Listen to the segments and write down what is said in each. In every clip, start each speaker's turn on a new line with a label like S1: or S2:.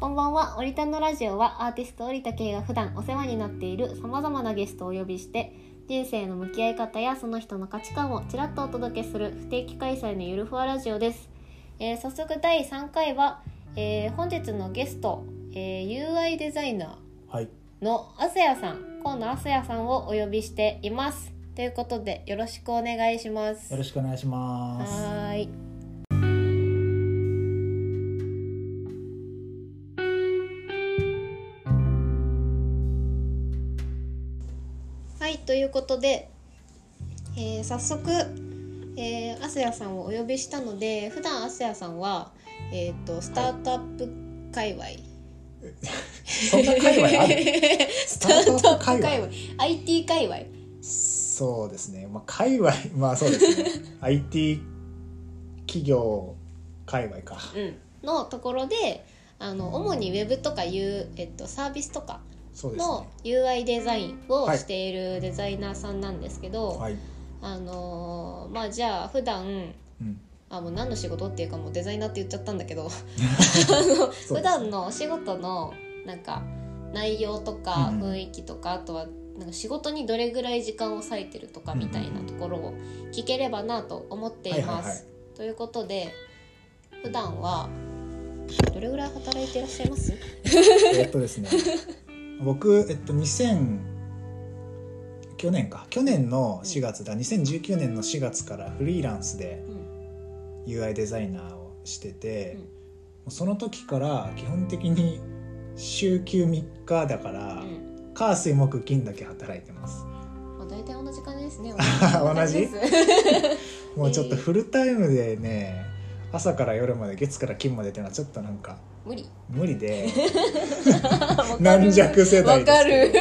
S1: ばんは。オリタンのラジオはアーティスト織田圭が普段お世話になっているさまざまなゲストをお呼びして人生の向き合い方やその人の価値観をちらっとお届けする不定期開催のゆるふわラジオです。えー早速第3回は、えー本日のゲスト、えー UI デザイナー
S2: はい、
S1: のあすやさん河野あすやさんをお呼びしていますということでよろしくお願いします
S2: よろしくお願いします。
S1: はーいはいということで、えー早速えー、アスヤさんをお呼びしたので普段アスヤさんは、えー、とスタートアップ界隈、
S2: そんな界隈ある？
S1: スタートアップ界隈 IT 界隈
S2: そうですね。まあ界隈、まあそうです ね。IT 企業界隈か。
S1: のところであの主にウェブとかいう、えっと、サービスとか
S2: そうです
S1: の
S2: ね。
S1: UI デザインを
S2: はい
S1: しているデザイナーさんなんですけど、
S2: はい。
S1: あのーまあじゃあ普段
S2: うん。
S1: あもう何の仕事っていうかもうデザイナーって言っちゃったんだけど、
S2: そう
S1: 普
S2: です
S1: 段のお仕事のなんか内容とか
S2: うんうん
S1: 雰囲気とか、あとはなんか仕事にどれぐらい時間を割いてるとかみたいなところを聞ければなと思っています。
S2: はいはいはい
S1: ということで普段はどれぐらい働いていらっしゃいます
S2: えっとで すね。僕えっと2000去年か去年の4月だ2019年の4月からフリーランスで
S1: うん
S2: UI デザイナーをしてて、
S1: うん
S2: もうその時から基本的に週休3日だから、
S1: うん
S2: 火水木金だけ働いてます
S1: まあ、大体同じ感じです ね
S2: 同じ
S1: です
S2: もうちょっとフルタイムでね、朝から夜まで月から金までっていうのはちょっとなんか
S1: 無理
S2: 無 理で
S1: わかる
S2: 軟弱世
S1: わ
S2: 代で
S1: か
S2: すけ
S1: る
S2: ど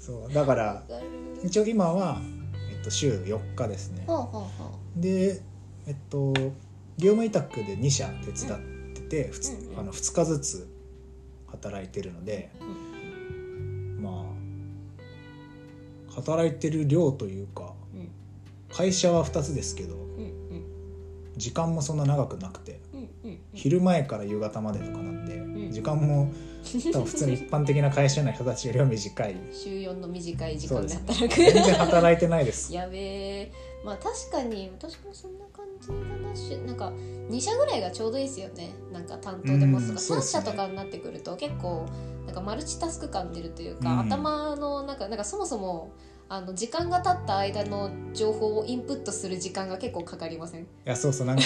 S2: そうだから
S1: わかる
S2: 一応今は、えっと、週4日ですね
S1: ほうほうほ
S2: でえっと業務委託で2社手伝ってて、ふつ
S1: うんうん
S2: あの2日ずつ働いてるので、まあ働いてる量というか
S1: ううん
S2: 会社は2つですけど
S1: うんうん
S2: 時間もそんな長くなくて
S1: うんうん
S2: 昼前から夕方までとかなんで、
S1: ん
S2: 時間も多分普通の一般的な会社の人たちよりは 短い
S1: 週4の短い時
S2: そう
S1: 間
S2: で
S1: です
S2: ね
S1: 働く、
S2: 全然働いてないです
S1: やべえまあ確かに私もそんな感じだなしなんか2社ぐらいがちょうどいいですよねなんか担当でもと
S2: うん
S1: か
S2: そう
S1: 3
S2: ですね
S1: 社とかになってくると結構なんかマルチタスク感出るというか、
S2: うん
S1: 頭の中なんかそもそもあの時間が経った間の情報をインプットする時間が結構かかりません
S2: いやそうそうなん か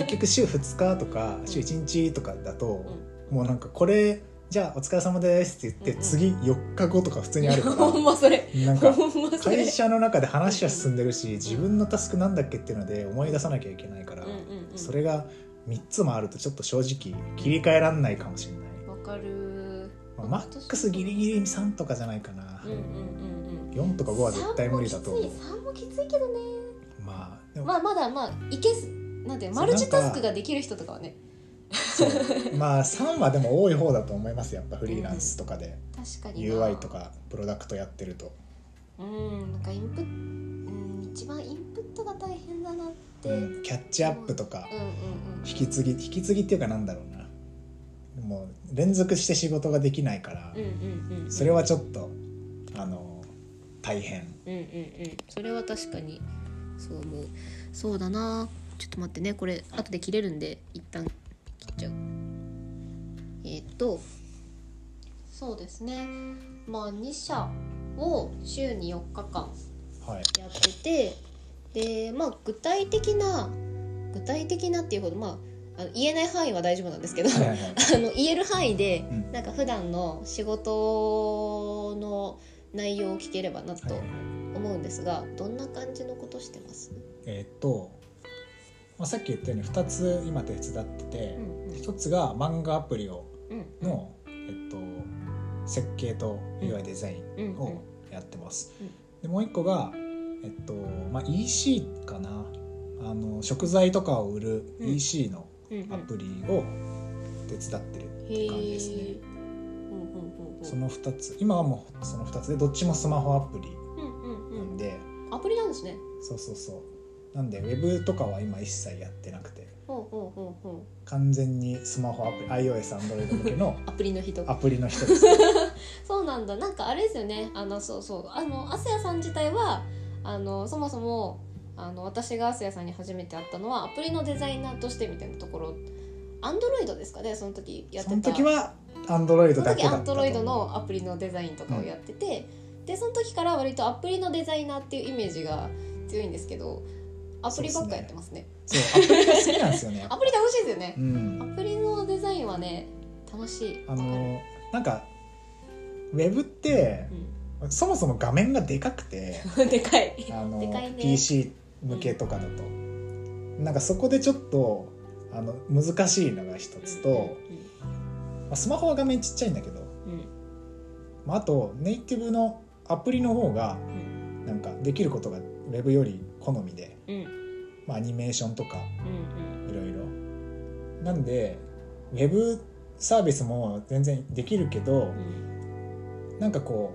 S2: 結局週2日とか週1日とかだと、もうなんかこれじゃあお疲れ様ですって言って、
S1: うんうん
S2: 次4日後とか普通にあるか
S1: ほんまそれ
S2: らなん
S1: ほ
S2: か
S1: んまそれ
S2: 会社の中で話は進んでるし自分のタスクなんだっけっていうので思い出さなきゃいけないから、
S1: うんうんうん
S2: それが3つもあるとちょっと正直切り替えらんないかもしれない。
S1: わかる
S2: まあマックスギリギリ3とかじゃないかな、
S1: うんうんうんうん
S2: 四4とか5は絶対無理だと思う
S1: 3もきつい3もきついけどね
S2: まあでも、
S1: まあまだまあいけすなんてマルチタスクができる人とかはね
S2: そうまあ3はでも多い方だと思いますやっぱフリーランスとかで、
S1: 確かにな
S2: UI とかプロダクトやってると
S1: うんなんかインプうん一番インプットが大変だなって、うん、うん
S2: うんキャッチアップとか
S1: うん
S2: 引き継ぎ引き継ぎっていうかなんだろうなもう連続して仕事ができないから
S1: うんうんうんうん
S2: それはちょっとあの大変
S1: うんうんうんそれは確かにそう思うそうだなちょっと待ってねこれ後で切れるんで一旦切っちゃうえーっとそうですねまあ2社を週に4日間
S2: はい
S1: やっててでまあ具体的な具体的なっていうほどまああの言えない範囲は大丈夫なんですけど、
S2: はいはいはい
S1: あの言える範囲で、
S2: うん
S1: なんか普段の仕事の内容を聞ければな
S2: はい
S1: と
S2: はい
S1: 思うんですが、どんな感じのことしてます？
S2: えーっと、まあ、さっき言ったように2つ今手伝ってて、
S1: うんうん
S2: 一1つが漫画アプリを
S1: うん
S2: の、えっと、設計と UI デザイ
S1: うん
S2: ンをやってます、
S1: うんうん
S2: でもう1個が、えっとまあ、EC かなあの食材とかを売る
S1: うん
S2: EC の
S1: うんうん
S2: アプリを手伝ってるって感じですね、
S1: へーうんうんうんうん
S2: その2つ今はもうその2つでどっちもスマホアプリ
S1: うんうんう
S2: なん
S1: ん
S2: で、
S1: アプリなんですね。
S2: そうそうそうなんでウェブとかは今一切やってなくて
S1: ほうほうほうほ
S2: 完全にスマホアプリ iOS アンドロイド向けの
S1: うアプリの人
S2: アプリの人です
S1: そうなんだなんかあれですよねあのそうそうあのアスヤさん自体はあのそもそもあの私がアスヤさんに初めて会ったのはアプリのデザイナーとしてみたいなところアンドロイドですかねその時やってた
S2: その時はアンドロイ
S1: そ
S2: ド
S1: の
S2: だけ
S1: 時
S2: だっ
S1: ア
S2: た
S1: ン
S2: と
S1: ド
S2: 思
S1: ロイド
S2: う
S1: のアプリのデザインとかをやってて、でその時から割とアプリのデザイナーっていうイメージが強いんですけどアプリばっかやってますね
S2: そうアプリが好きなんですよね
S1: アプリ楽しいですよね
S2: う、ん
S1: アプリのデザインはね楽しい
S2: あ
S1: わかる
S2: のなんかウェブってそもそも画面がでか くて
S1: うんでかい
S2: あの、
S1: でかいね
S2: PC 向けとかだと、なんかそこでちょっとあの難しいのが一つと、まあ、スマホは画面ちっちゃいんだけ
S1: うん
S2: ど、
S1: うん
S2: まあ、あとネイティブのアプリの方が
S1: うんうん
S2: なんかできることがウェブより好みで、
S1: うんうん
S2: まあ、アニメーションとか
S1: うん
S2: いろいろなんでウェブサービスも全然できるけ
S1: う
S2: ど、
S1: ん
S2: なんかこ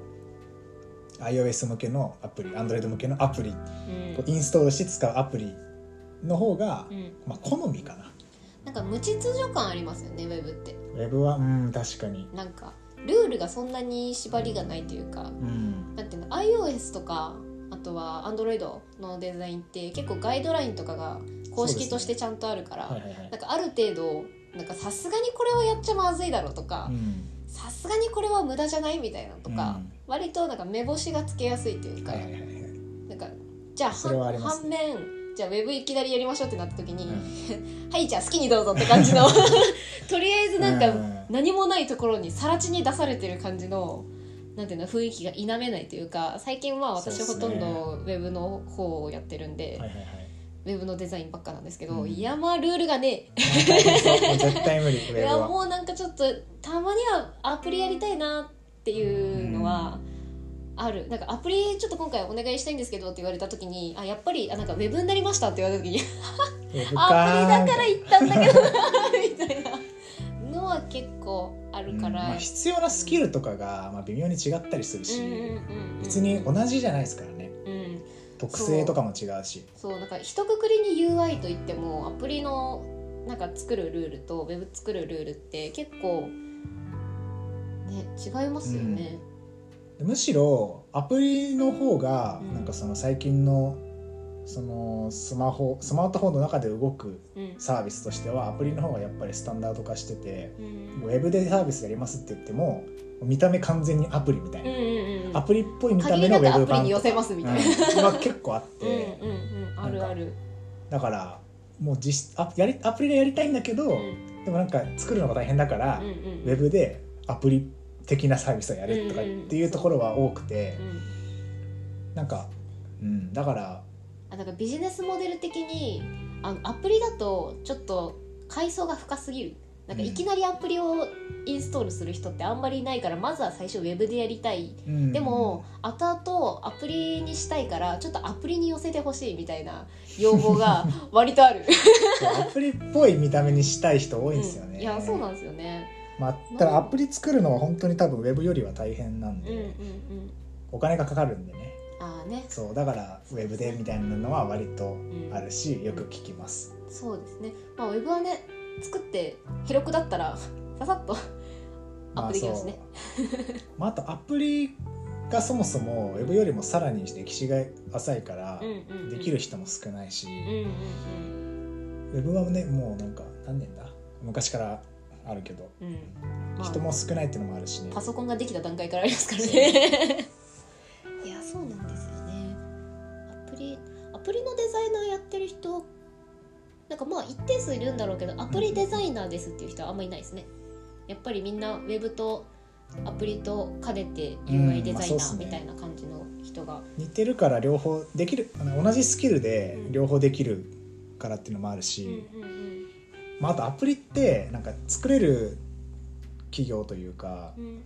S2: う iOS 向けのアプリ Android 向けのアプリ
S1: うん
S2: こうインストールして使うアプリの方が、
S1: うん
S2: まあ、好みかな
S1: なんか無秩序感ありますよねウェブって
S2: ウェブはうん確かに
S1: なんかルールがそんなに縛りがないというか
S2: うん
S1: なんていうの iOS とかあとは Android のデザインって結構ガイドラインとかが公式としてちゃんとあるから、
S2: はいはいはい
S1: なんかある程度なんかさすがにこれはやっちゃまずいだろうとか
S2: うん
S1: さすがにこれは無駄じゃないみたいなのとか、
S2: うん
S1: 割となんか目星がつけやすいというか、
S2: はいはいはいはい
S1: なんかじゃあ
S2: それはあります
S1: 反面じゃあウェブいきなりやりましょうってなった時に、
S2: うん
S1: はいじゃあ好きにどうぞって感じの とりあえずなん
S2: う
S1: か何もないところにさら地に出されてる感じのなんていうの雰囲気が否めないというか最近は私ほ
S2: そうっすね
S1: とんどウェブの方をやってるんで、
S2: はいはいはい
S1: ウェブのデザインばっかなんですけど、
S2: うん
S1: いやまあルールがね
S2: そうもう絶対無理 ウ
S1: い
S2: ェ
S1: や
S2: ブは
S1: もうなんかちょっとたまにはアプリやりたいなっていうのはある、なんかアプリちょっと今回お願いしたいんですけどって言われた時にあやっぱりあなんかウェブになりましたって言われた時に
S2: ウェ
S1: アプリ
S2: ブ
S1: だから
S2: ー
S1: 行ったんだけどなみたいなのは結構あ
S2: う
S1: る
S2: ん
S1: から、
S2: まあ、必要なスキルとかが、まあ、微妙に違ったりするし、
S1: うんうんうんうん
S2: 別に同じじゃないですからね
S1: うん
S2: 特性とかも違うし
S1: そうなんか一括りに UI といってもアプリのなんか作るルールとウェブ作るルールって結構ね違いますよね、
S2: むしろアプリの方が
S1: うん
S2: なんかその最近のそのスマホスマートフォンの中で動く
S1: うん
S2: サービスとしてはアプリの方がやっぱりスタンダード化してて
S1: うん、
S2: ウェブでサービスやりますって言っても見た目完全にアプリみたい
S1: うんう
S2: な、
S1: んうん
S2: アプリっぽい見た
S1: 限
S2: 目
S1: り
S2: の
S1: な
S2: ウ
S1: くアプリ
S2: ェブ版
S1: に寄
S2: とか
S1: せますみたいな、
S2: うんは結構あっ
S1: うん、
S2: て
S1: うんうんあるある
S2: だからもう実質あやりアプリでやりたいんだけど、
S1: うん
S2: でもなんか作るのが大変だから、
S1: うん
S2: ウェブでアプリ的なサービスをやるとかっていうところは多くて、
S1: うんうん
S2: なんか、うん、だから
S1: あなんかビジネスモデル的にあのアプリだとちょっと階層が深すぎるなんか
S2: うん
S1: いきなりアプリをインストールする人ってあんまりいないからまずは最初ウェブでやりたい
S2: うん
S1: でも後々アプリにしたいからちょっとアプリに寄せてほしいみたいな要望 が割とある
S2: そうアプリっぽい見た目にしたい人多いんですよ
S1: う
S2: ね、
S1: んいやそうなんですよね
S2: まあ、ただアプリ作るのは本当に多分ウェブよりは大変なん
S1: うん
S2: で、
S1: うんうん
S2: お金がかかるんでね
S1: ああね
S2: そうだからウェブでみたいなのは割と
S1: うん
S2: あるしよく聞きます、
S1: そうですねまあウェブはね作って広くだったらささっとアプリできますね
S2: そうまああとアプリがそもそもウェブよりもさらに歴史が浅いから、できる人も少ないし、
S1: うんうん
S2: ウェブはねもうなんか何年だ昔からあるけど、
S1: うんうんまあ
S2: 人も少ないっていうのもあるしね
S1: パソコンができた段階からありますからねいやそうなんですよねアプリアプリのデザイナーやってる人なんかまあ一定数いるんだろうけどアプリデザイナーですっていう人はあんまりいないですねやっぱりみんなウェブとアプリと兼ねて
S2: うん
S1: UI デザイナ
S2: まあそう
S1: ー
S2: っすね
S1: みたいな感じの人が、
S2: 似てるから両方できるあの同じスキルで
S1: うん
S2: 両方できるからっていうのもあるし、
S1: うんうん
S2: まあ、あとアプリってなんか作れる企業というか
S1: うん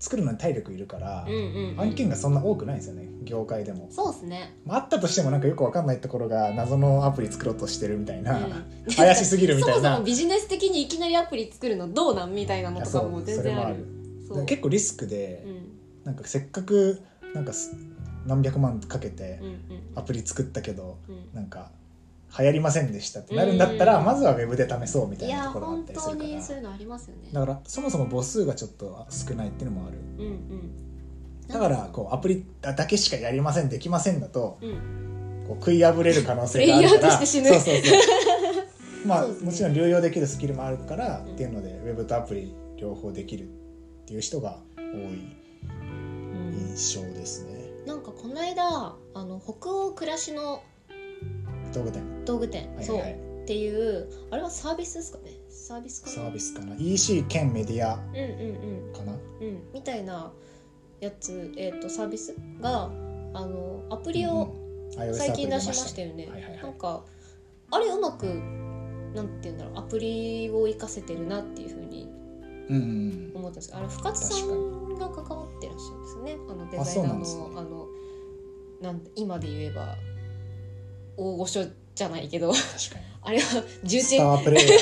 S2: 作るのに体力いるから、
S1: うんうんうん
S2: 案件がそんな多くないんですよね業界でも、
S1: そうですね
S2: まあ、あったとしてもなんかよくわかんないところが謎のアプリ作ろうとしてるみたいな、
S1: うん
S2: 怪しすぎるみたい
S1: そも
S2: な
S1: そもビジネス的にいきなりアプリ作るのどうなんみたいなのとかも全然ある
S2: だから結構リスクで、
S1: うん
S2: なんかせっかくなんかす何百万かけて
S1: うんうん
S2: アプリ作ったけど
S1: うん
S2: なんか流行りませんでしたってなるんだったら、
S1: うん
S2: まずはウェブで試そうみた
S1: い
S2: いな
S1: や
S2: ところがあっ
S1: 本
S2: たりす
S1: 当
S2: るか
S1: にそう
S2: ら
S1: いうのありますよね
S2: だからそもそも母数がちょっと少ないっていうのもある
S1: うんうん
S2: だからこうアプリだけしかやりませんできませんだと
S1: う、うん、
S2: こう食い破れる可能性があるから
S1: レイアウトして死ぬ
S2: そうそうそうまあ
S1: そうですね
S2: もちろん流用できるスキルもあるから、
S1: ん
S2: っていうのでウェブとアプリ両方できるっていう人が多い
S1: うん、
S2: 印象ですね。
S1: なんかこの間あの北欧暮らしの
S2: 道具店、
S1: 道具店、
S2: はい
S1: そう
S2: はい、
S1: っていうあれはサービスですかねサービスか
S2: サ
S1: な
S2: ービスかな EC 兼メディア
S1: うんうん
S2: かな
S1: うんうんみたいなやつ、えー、とサービスがあのアプリを
S2: うん iOS
S1: 最近出しま
S2: ア
S1: し
S2: プ
S1: た
S2: リ
S1: よね、
S2: はいはいはい
S1: なんかあれうまくなんて言うんだろうアプリを活かせてるなっていうふうに
S2: 出ましたうん
S1: 思ったんですけどあれ深津さんが関わってらっしゃるんですよねあのデザイナーの
S2: あそうなんですね
S1: あのなん今で言えば大御所じゃないけど
S2: 確かに
S1: あれは重
S2: ス
S1: 鎮
S2: タープレイヤ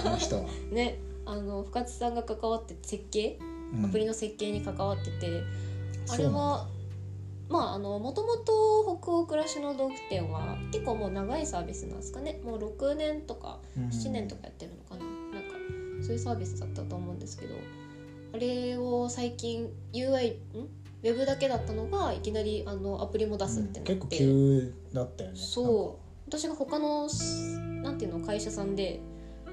S2: ーあの人は、
S1: ねあの深津さんが関わって設計
S2: うん
S1: アプリの設計に関わってて、あれ
S2: そうなんだ
S1: はまああのもともと北欧暮らしの道具店は結構もう長いサービスなんですかねもう6年とか7年とかやってるのかな、なんかそういうサービスだったと思うんですけどあれを最近 UI んウェブだけだったのがいきなりあのアプリも出すってなって、
S2: うん結構急だったよね
S1: そう私が他のすなんていうの会社さんで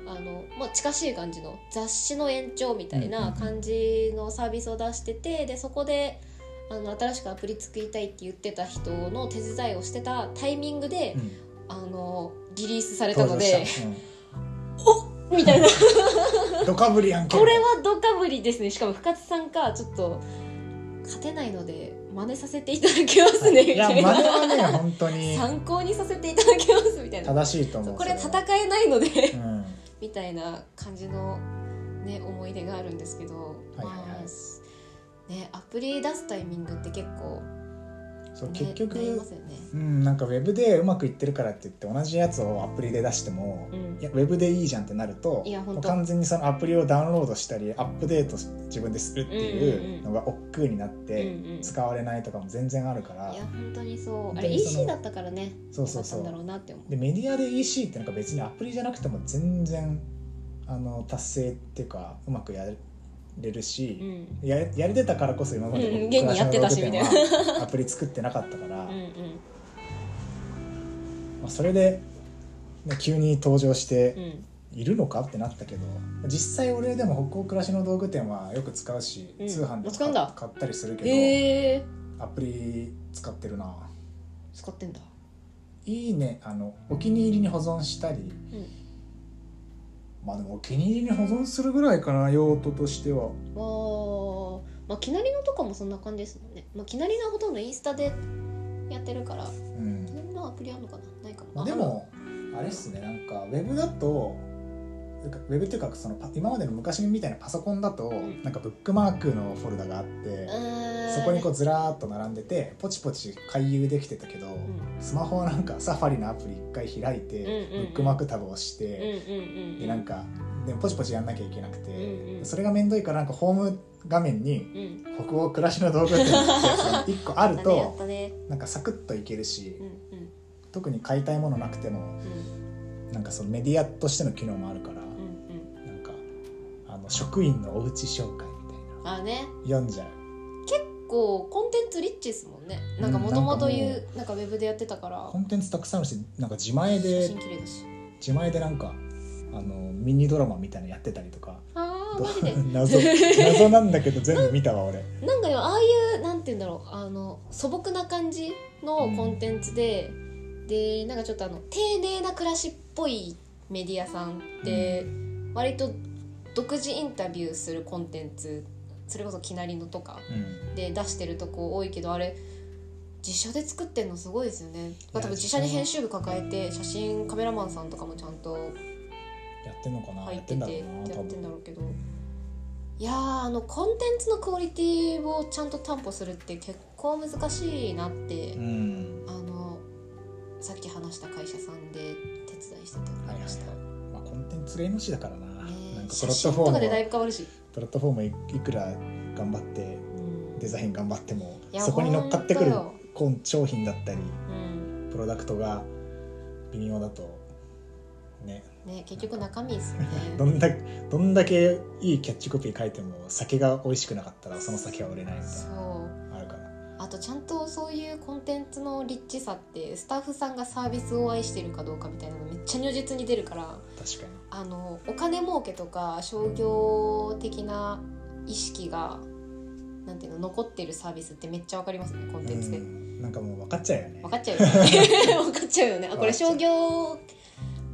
S1: あの、まあ、近しい感じの雑誌の延長みたい
S2: うんうん
S1: な
S2: うん
S1: 感じのサービスを出しててでそこであの新しくアプリ作りたいって言ってた人の手伝いをしてたタイミングで、
S2: なんか
S1: あのリリースさ
S2: う
S1: れ
S2: ん、
S1: たので
S2: 登場した、
S1: みたいな
S2: うんドカブリやんけ
S1: これはドカブリですねしかも深津さんかちょっと勝てないので真似させていただきますねみ
S2: いや
S1: た
S2: 真
S1: い
S2: 似
S1: な、
S2: はね本当 に
S1: 参考にさせていただきますみたいな
S2: 正しいと思う
S1: これ
S2: そ
S1: 戦
S2: は
S1: えないので
S2: うん
S1: みたいな感じの、ね、思い出があるんですけど、
S2: はいはいは
S1: ま
S2: い
S1: あね、アプリ出すタイミングって結構、ね、
S2: そう結局、
S1: なりますよね。
S2: うん、なんかウェブでうまくいってるからって言って同じやつをアプリで出しても、
S1: うん
S2: いやウェブでいいじゃんってなると
S1: いや本当
S2: もう完全にそのアプリをダウンロードしたりアップデート自分でするってい
S1: う
S2: うんうのが億劫になっ
S1: うん
S2: て
S1: うん、い
S2: 使われないとかも全然あるか
S1: や
S2: ら、
S1: 本当にそうあ
S2: 本
S1: れ
S2: 当にその
S1: EC だったからね
S2: そうそうそ
S1: よかったんだろう
S2: う
S1: なって思う
S2: でメディアで EC ってなんか別にアプリじゃなくても全然あの達成っていうかうまくやれる
S1: う
S2: し、
S1: ん
S2: ややれてたからこそ今まで
S1: うん
S2: 僕
S1: 現にやってたしみたいな
S2: クラシャンのログ 店はアプリ作ってなかったか
S1: う
S2: ら。
S1: んうん
S2: まあ、それで、ね、急に登場し
S1: う
S2: て
S1: ん
S2: いるのかってなったけど実際俺でも北欧暮らしの道具店はよく使うし、
S1: うん
S2: 通販でも
S1: 使うんだ
S2: 買ったりするけど、
S1: へえ
S2: アプリ使ってるな
S1: 使ってんだ
S2: いいねあのお気に入りに保存したり、まあでもお気に入りに保存するぐらいかな用途としては
S1: わーまあきなりのとかもそんな感じですもんね、まあ、きなりのはほとんどインスタでやってるから
S2: う
S1: き
S2: ん、
S1: なりのアプリあるのかなないかも
S2: まあ、でもあれっすねなんかウェブだとなんかウェブっていうかそのパ今までの昔みたいなパソコンだと、
S1: ん
S2: なんかブックマークのフォルダがあって、そこにこうずらーっと並んでてポチポチ回遊できてたけど、スマホはなんかサファリのアプリ一回開いて、
S1: うんうんうん
S2: ブックマークタブを押し
S1: うんうん
S2: て、
S1: うんうん
S2: でなんかでもポチポチやんなきゃいけなくて、
S1: うんうん
S2: それがめんどいからなんかホーム画面に
S1: うん
S2: 「北欧暮らしの道具」ってやつ1個ある
S1: やっ
S2: と
S1: たねやっ
S2: なんかサクッといけるした
S1: ねうんうん
S2: 特に買いたいものなくてもなんかそのメディアとしての機能もあるから、
S1: うんうん
S2: なんかあの職員のおうち紹介みたい
S1: うん
S2: な
S1: あね
S2: 読んじゃう。
S1: こうコンテンツリッチですもんねなんか
S2: うん
S1: もともとい
S2: なん
S1: うなんかウェブでやってたから
S2: コンテンツたくさんあるしなんか自前
S1: 写
S2: で
S1: 真綺麗だし
S2: 自前でなんかあのミニドラマみたいなのやってたりとか
S1: あーマジで
S2: 謎謎なんだけど全部見たわ俺
S1: なんかでもああいうなんて言うんだろうあの素朴な感じのコンテンツで、でなんかちょっとあの丁寧な暮らしっぽいメディアさんって、割と独自インタビューするコンテンツそれこそきなりのとか
S2: うん
S1: で出してるとこ多いけどあれ自社で作ってんのすごいですよね、まあ、多分自
S2: 自
S1: 社
S2: 社
S1: に編集部抱えて写真カメラマンさんとかもちゃんと
S2: やってんのかな
S1: 入
S2: や
S1: っ
S2: って
S1: て
S2: んだろ
S1: て
S2: うな
S1: や
S2: 多
S1: ってんだ
S2: 分
S1: ろうけどいやーあのコンテンツのクオリティをちゃんと担保するって結構難しいなって、
S2: うん
S1: あのさっき話した会社さんで手伝いしてて思
S2: はいいはい
S1: ま
S2: は
S1: した。ね
S2: い、まあ、コンテンツが命だからな,、なんかプ
S1: 写
S2: ラット
S1: 真
S2: フォ
S1: と
S2: ーム
S1: かでだい
S2: は
S1: ぶ変わるし、
S2: プラットフォームいいくら頑張って
S1: うん
S2: デザイン頑張っても
S1: いや
S2: そこに乗っかってくる
S1: ほんとよ
S2: こん商品だったり
S1: うん
S2: プロダクトが微妙だとね
S1: ね結局中身 ですよね
S2: どんだどんだけいいキャッチコピー書いても酒が美味しくなかったらその酒は売れないみたい
S1: そう
S2: なのあるから
S1: あとちゃんとそういうコンテンツのリッチさってスタッフさんがサービスを愛してるかどうかみたいなのめっちゃ如実に出るから
S2: 確かに
S1: あのお金儲けとか商業的な意識がなんていうの残ってるサービスってめっちゃわかりますねコンテンツで
S2: う。んなんかもう分かっちゃうよね
S1: 分かっちゃうよ ね分かっちゃうよねあこれ商
S2: 分かっち
S1: 業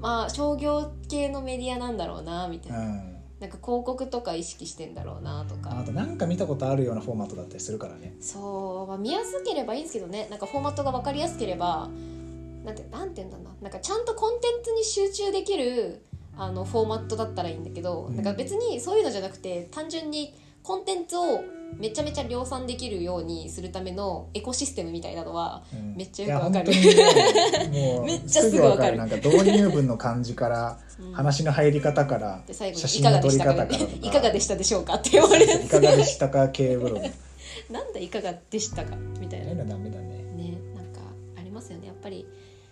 S1: まあ商業系のメディアなんだろうなみたいうな,、
S2: ん
S1: なんか広告とか意識してんだろうなと
S2: あ
S1: か
S2: となんか見たことあるようなフォーマットだったりするからね
S1: そう、まあ、見やすければいいんですけどねなんかフォーマットが分かりやすければなんてなんて言うんだろうななんかちゃんとコンテンツに集中できるあのフォーマットだったらいいんだけど、
S2: うん
S1: なんか別にそういうのじゃなくて単純にコンテンツをめちゃめちゃ量産できるようにするためのエコシステムみたいなのは
S2: うん
S1: めっちゃよくわかる
S2: いや本当にもうも う
S1: めっちゃすぐわかる
S2: なんか導入文の感じから
S1: うん
S2: 話の入り方から
S1: で最後に
S2: 写
S1: い
S2: 真
S1: かが
S2: の
S1: で
S2: 撮
S1: し
S2: り
S1: たか
S2: 方から
S1: ね
S2: とか
S1: いかがでしたでしょうかって 言われるや
S2: い
S1: つ
S2: かがでしたか系ブログ あ
S1: なんだいかがでしたかみたいな
S2: れのダメだね
S1: ねなんかありますよねやっぱり、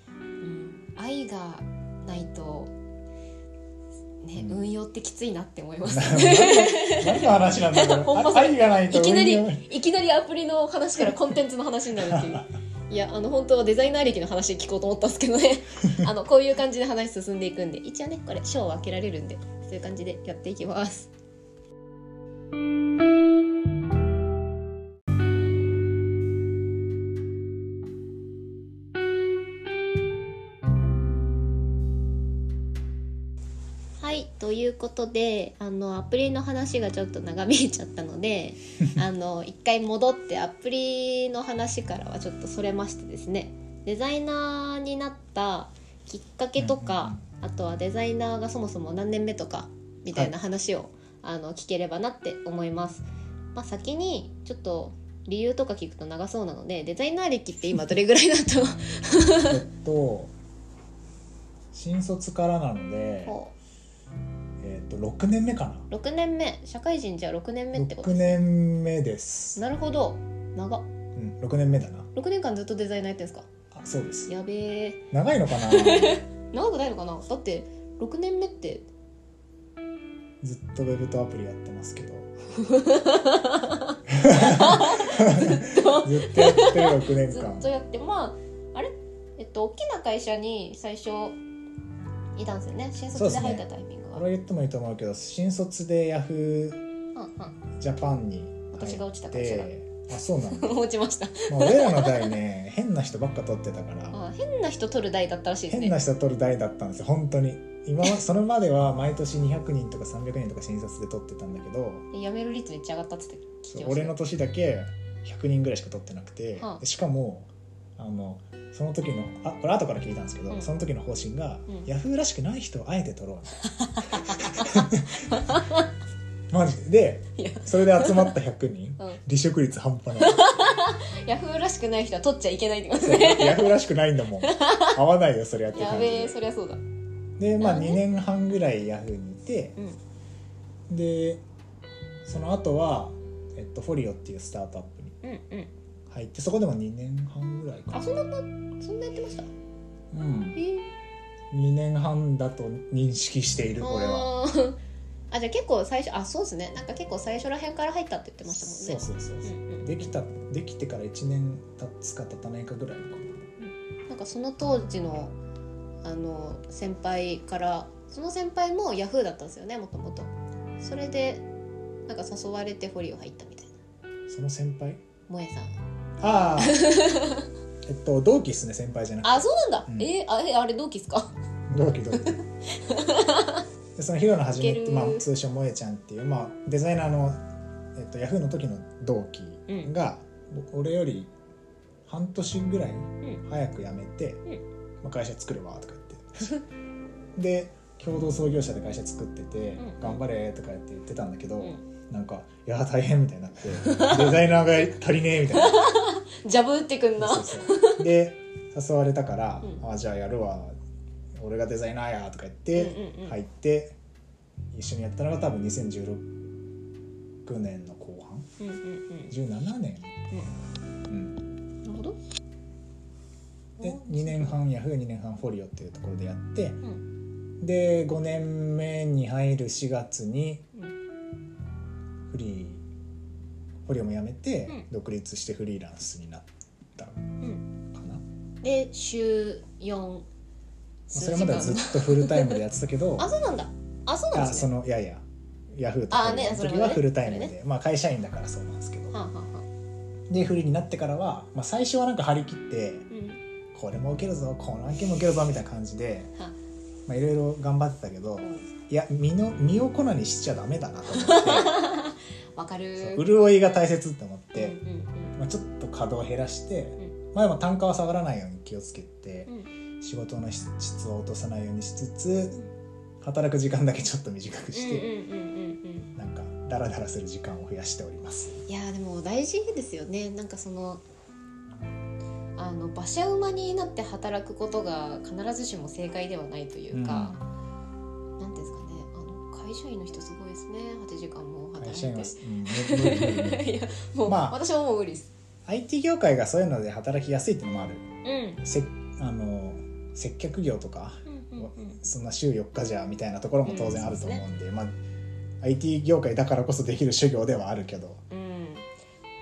S1: うん、愛がないとね、
S2: うん
S1: 運用ってきついなって思います
S2: 何の話なんだろ
S1: ほんま
S2: う
S1: そ
S2: あ
S1: れ
S2: 愛がないと
S1: いきなり
S2: 運用
S1: いきなりアプリの話からコンテンツの話になるっていういやあの本当はデザイナー歴の話聞こうと思ったんですけどね あのこういう感じで話進んでいくんで一応ねこれ賞を開けられるんでそういう感じでやっていきますはいということであのアプリの話がちょっと長引いちゃったのであの一回戻ってアプリの話からはちょっとそれましてですねデザイナーになったきっかけとか、あとはデザイナーがそもそも何年目とかみたいな話を、あの聞ければなって思います。まあ、先にちょっと理由とか聞くと長そうなのでデザイナー歴って今どれぐらいだと
S2: えっと新卒からなので、
S1: こ
S2: えっと、6年目かな
S1: う6年目社会人じゃあ6年目ってこと
S2: 6
S1: ですね
S2: 年目です、
S1: なるほど長っ
S2: うん、6年目だな
S1: 6年間ずっとデザイナーやってんですか
S2: あそうです
S1: やべえ
S2: 長いのかな
S1: 長くないのかなだって6年目って
S2: ずっとウェブとアプリやってますけどずっと ずっとやってる6年
S1: ず
S2: 間
S1: っとやってまああれえっと大きな会社に最初いたんですよね新
S2: そ
S1: 卒で
S2: うで
S1: す
S2: ね
S1: 入ったタイミングは
S2: これは言ってもいいと思うけど新卒でヤフ
S1: うんうん
S2: ージャパンに入って
S1: 私が落ちた会社だ
S2: あそうなの、 まあ、
S1: 落ちました
S2: 俺らの代ね変な人ばっか取ってたから
S1: あ変な人取る代だったらしいですね
S2: 変な人取る代だったんですよ本当に今はそれまでは毎年200人とか300人とか新卒で取ってたんだけど
S1: 辞める率めっちゃ上がったっつって聞きました
S2: 俺の年だけ100人ぐらいしか取ってなくて、
S1: はあ
S2: しかもあのその時のあこれ後から聞いたんですけど、
S1: うん
S2: その時の方針が、
S1: うん
S2: ヤフーらしくない人をあえて 取ろう みたいなマジで
S1: いや
S2: でそれで集まった100人
S1: うん
S2: 離職率半端ない
S1: ヤフーらしくない人は取っちゃいけないってこと
S2: そうだ
S1: ね
S2: ってヤフーらしくないんだもん合わないよそれやって
S1: や
S2: 感じ
S1: べえ
S2: で
S1: そりゃそうだ
S2: でまあ
S1: なる
S2: 2
S1: ほど
S2: 年半ぐらいヤフーにいて、でその後はえっとフォリオっていうスタートアップに
S1: うんうん
S2: 入ってそこでも2年半ぐらいか
S1: あ
S2: な
S1: そんなことそんなやってました
S2: うん
S1: え
S2: 2年半だと認識している俺は
S1: あー あじゃあ結構最初あそうですねなんか結構最初らへんから入ったって言ってました
S2: そ
S1: もん
S2: う
S1: ね
S2: そうそうそううん
S1: うん
S2: できたできてから1年経つか経たないかぐらいか
S1: なんかその当時のあの先輩からその先輩もヤフーだったんですよねもともとそれでなんか誘われてフォリオ入ったみたいな
S2: その先輩
S1: 萌えさん
S2: ああ えっと同期っすね先輩じゃなくて
S1: あそうなんだ、
S2: うん
S1: えーあえあれ同期ですか
S2: 同 期同期でその平野はじめっ
S1: い
S2: て、
S1: ける
S2: まあ、通称萌えちゃんっていう、まあ、デザイナーの、えっと、ヤフーの時の同期が、お俺より半年ぐらい
S1: ん
S2: 早く辞めて、
S1: ん
S2: まあ、会社作るわとか言って で共同創業者で会社作ってて
S1: うん
S2: 「頑張れ」とか言って言ってたんだけど、
S1: うん
S2: なんか「いやー大変」みたいになって「デザイナーが足りねえ」みたいな。
S1: ジャブ打ってくんな
S2: そうそうそうで誘われたから
S1: う
S2: 「
S1: ん
S2: あじゃあやるわ俺がデザイナーや」とか言っ
S1: うん
S2: て
S1: うんうん
S2: 入って一緒にやったのが多分2016年の後半
S1: うんうんうん
S2: 17年、うん
S1: なるほど
S2: で2年半ヤフー2年半フォリオっていうところでやって、
S1: ん
S2: で5年目に入る4月に
S1: う
S2: フリーフォリオも辞めて、
S1: うん
S2: 独立してフリーランスになったか
S1: うん
S2: な、ま
S1: で週4
S2: あそれまではずっとフルタイムでやってたけど
S1: あそうなんだあそうなん
S2: あ
S1: です
S2: そ
S1: ね
S2: のいやいやヤフーと
S1: あ
S2: か
S1: ねそれはね
S2: の時はフルタイムで、
S1: そ
S2: まあ会社員だからそうなんですけど、
S1: はあ、はあは
S2: でフリーになってからは、まあ、最初はなんか張り切っ
S1: あ、
S2: て
S1: うん
S2: これも受けるぞこの案件も受けるぞみたいな感じで
S1: は
S2: まあいろいろ頑張ってたけど、
S1: あ
S2: いや身の身を粉にしちゃダメだなと 思って
S1: わかる
S2: そう潤いが大切って思って、
S1: うんうん
S2: まあ、ちょっと稼働を減らして、
S1: う
S2: 前も単価は下がらないように気をつけて
S1: う、ん
S2: 仕事の質質を落とさないようにしつつ働く時間だけちょっと短くして、
S1: うんうんうんうんうん
S2: なんかダラダラする時間を増やしております。
S1: いやーでも大事ですよねなんかそのあの馬車馬になって働くことが必ずしも正解ではないというか、なんていうんですかねあの会社員の人すごいですね8時間も
S2: うん
S1: 働
S2: 会
S1: い
S2: 社
S1: て
S2: 員は、うん無無無 無無
S1: いやもう、
S2: まあ
S1: 私はもう無理です、
S2: IT 業界がそういうので働きやすいってのもある
S1: うん、
S2: せあの接客業とか
S1: うんうんうん
S2: そんな週4日じゃみたいなところも当然あると思うんで,、まあ、IT 業界だからこそできる修行ではあるけど
S1: うん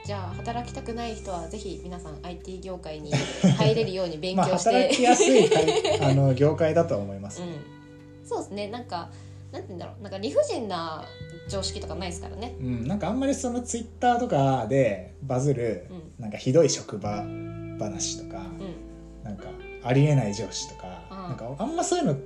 S1: じゃあ働きたくない人はぜひ皆さん IT 業界に入れるように勉
S2: まあ
S1: 強して、
S2: 働きやすいかいあの業界だとは思います、
S1: うん、そうですねなんかなんて言うんだろうなんか理不尽な常識とかないですからね、
S2: うん、なんかあんまりそのツイッターとかでバズる
S1: うん
S2: なんかひどい職場話とか
S1: うん、
S2: なんかありえない上司とか
S1: うん
S2: なんかあんまそういうの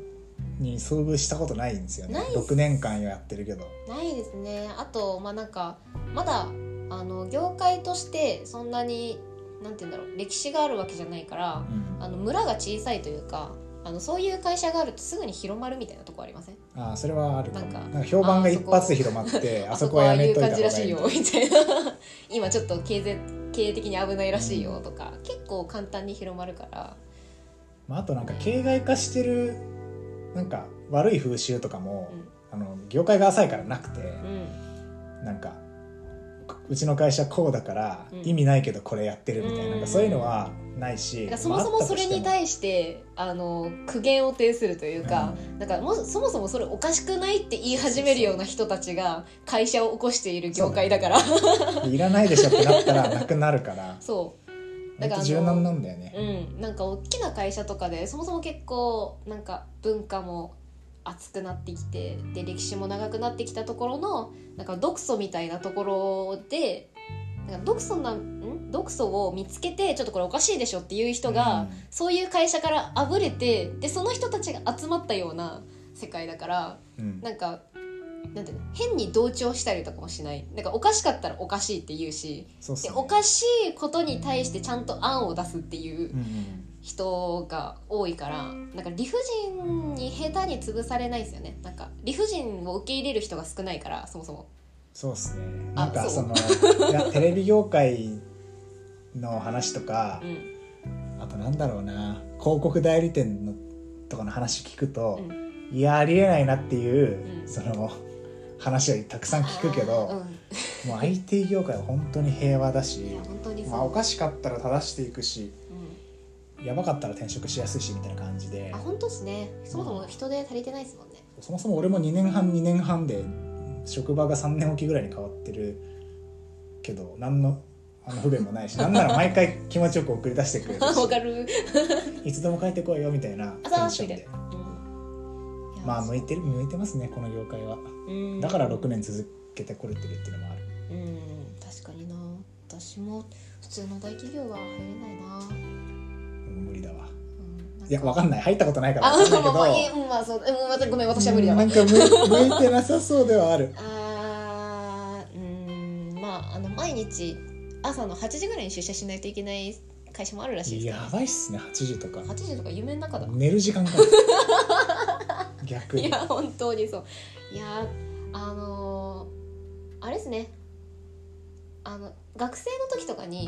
S2: に遭遇したことないんですよね
S1: ないっす
S2: 6年間やってるけど
S1: ないですねあとまあなんかまだあの業界としてそんなになんて言うんだろう歴史があるわけじゃないから
S2: うん
S1: あの村が小さいというかあのそういう会社があるとすぐに広まるみたいなとこありません
S2: ああそれはあるかも
S1: なんか
S2: なんか評判が一発で広まってあそこはやめといた
S1: あ
S2: 方
S1: そこはああいう感じら
S2: が
S1: しい
S2: いい
S1: よみたいな 今ちょっと経済経営的に危ないらしいよとか結構簡単に広まるから
S2: まあ、あとなんか形骸化してるなんか悪い風習とかも、あの業界が浅いからなくて、
S1: うん
S2: なんかうちの会社こうだから、
S1: うん
S2: 意味ないけどこれやってるみたいな,、
S1: うん
S2: なんかそういうのはないし
S1: なんかそもそもそれに
S2: し
S1: 対してあの苦言を呈するという
S2: て
S1: か、なんかもうそもそもそれおかしくないって言い始めるような人たちが会社を起こしている業界だ からそう
S2: いらないでしょってなったらなくなるから
S1: だから
S2: 本当
S1: あの
S2: 柔軟なんだよね、
S1: うんなんか大きな会社とかでそもそも結構なんか文化も熱くなってきてで歴史も長くなってきたところのなんか毒素みたいなところでなんか毒素なん毒素を見つけてちょっとこれおかしいでしょっていう人が、そういう会社からあぶれてでその人たちが集まったような世界だから
S2: うん、うん
S1: なんかなんていうの変に同調したりとかもしないなんかおかしかったらおかしいって言うし
S2: そうっす
S1: で
S2: ね
S1: おかしいことに対してちゃんと案を出すっていううん
S2: うん
S1: 人が多いからなんか理不尽に下手に潰されないですよねなんか理不尽を受け入れる人が少ないからそもそも
S2: そうですね
S1: あ
S2: なんか
S1: そ
S2: そうのいやテレビ業界の話とか
S1: う、ん
S2: あとなんだろうな広告代理店のとかの話聞くと、
S1: う
S2: いやありえないなっていう、
S1: うん
S2: その話をたくさん聞くけ
S1: あー
S2: ど、もう IT 業界は本当に平和だ
S1: うん、い
S2: し
S1: や、本当にそう、
S2: まあ、おかしかったら正していくし
S1: う
S2: やばかったら転職しやすいしみたいな感じで
S1: ん、あ本当ですねそもそも人手足りてないですもんね
S2: そもそも俺も2年半2年半で職場が3年おきぐらいに変わってるけど何のあの不便もないしなんなら毎回気持ちよく送り出してくれ る
S1: わ
S2: し
S1: かる、
S2: いつでも帰ってこいよみたいな
S1: あ
S2: テンションで。
S1: うんいや
S2: まあ向いてる向いてますねこの業界は
S1: うん
S2: だから6年続けてこれてるっていうのもある
S1: うん確かにな私も普通の大企業は入れないな,、
S2: うん無理だわ
S1: うん、なん
S2: いやわかんない入ったことないから
S1: あ
S2: わかんない
S1: ま
S2: け
S1: あ
S2: ど
S1: まあいいうんまあそううんまたごめん私は無理だ
S2: な
S1: わ
S2: んか向い向いてなさそうではある
S1: あーうんまああの毎日朝の8時ぐらいに出社しないといけない会社もあるらしいです
S2: やばいっすね8時とか
S1: 8時とか夢の中だ
S2: 寝る時間が 逆
S1: い
S2: に
S1: や本当にそういやあのーあれですねあの学生の時とかに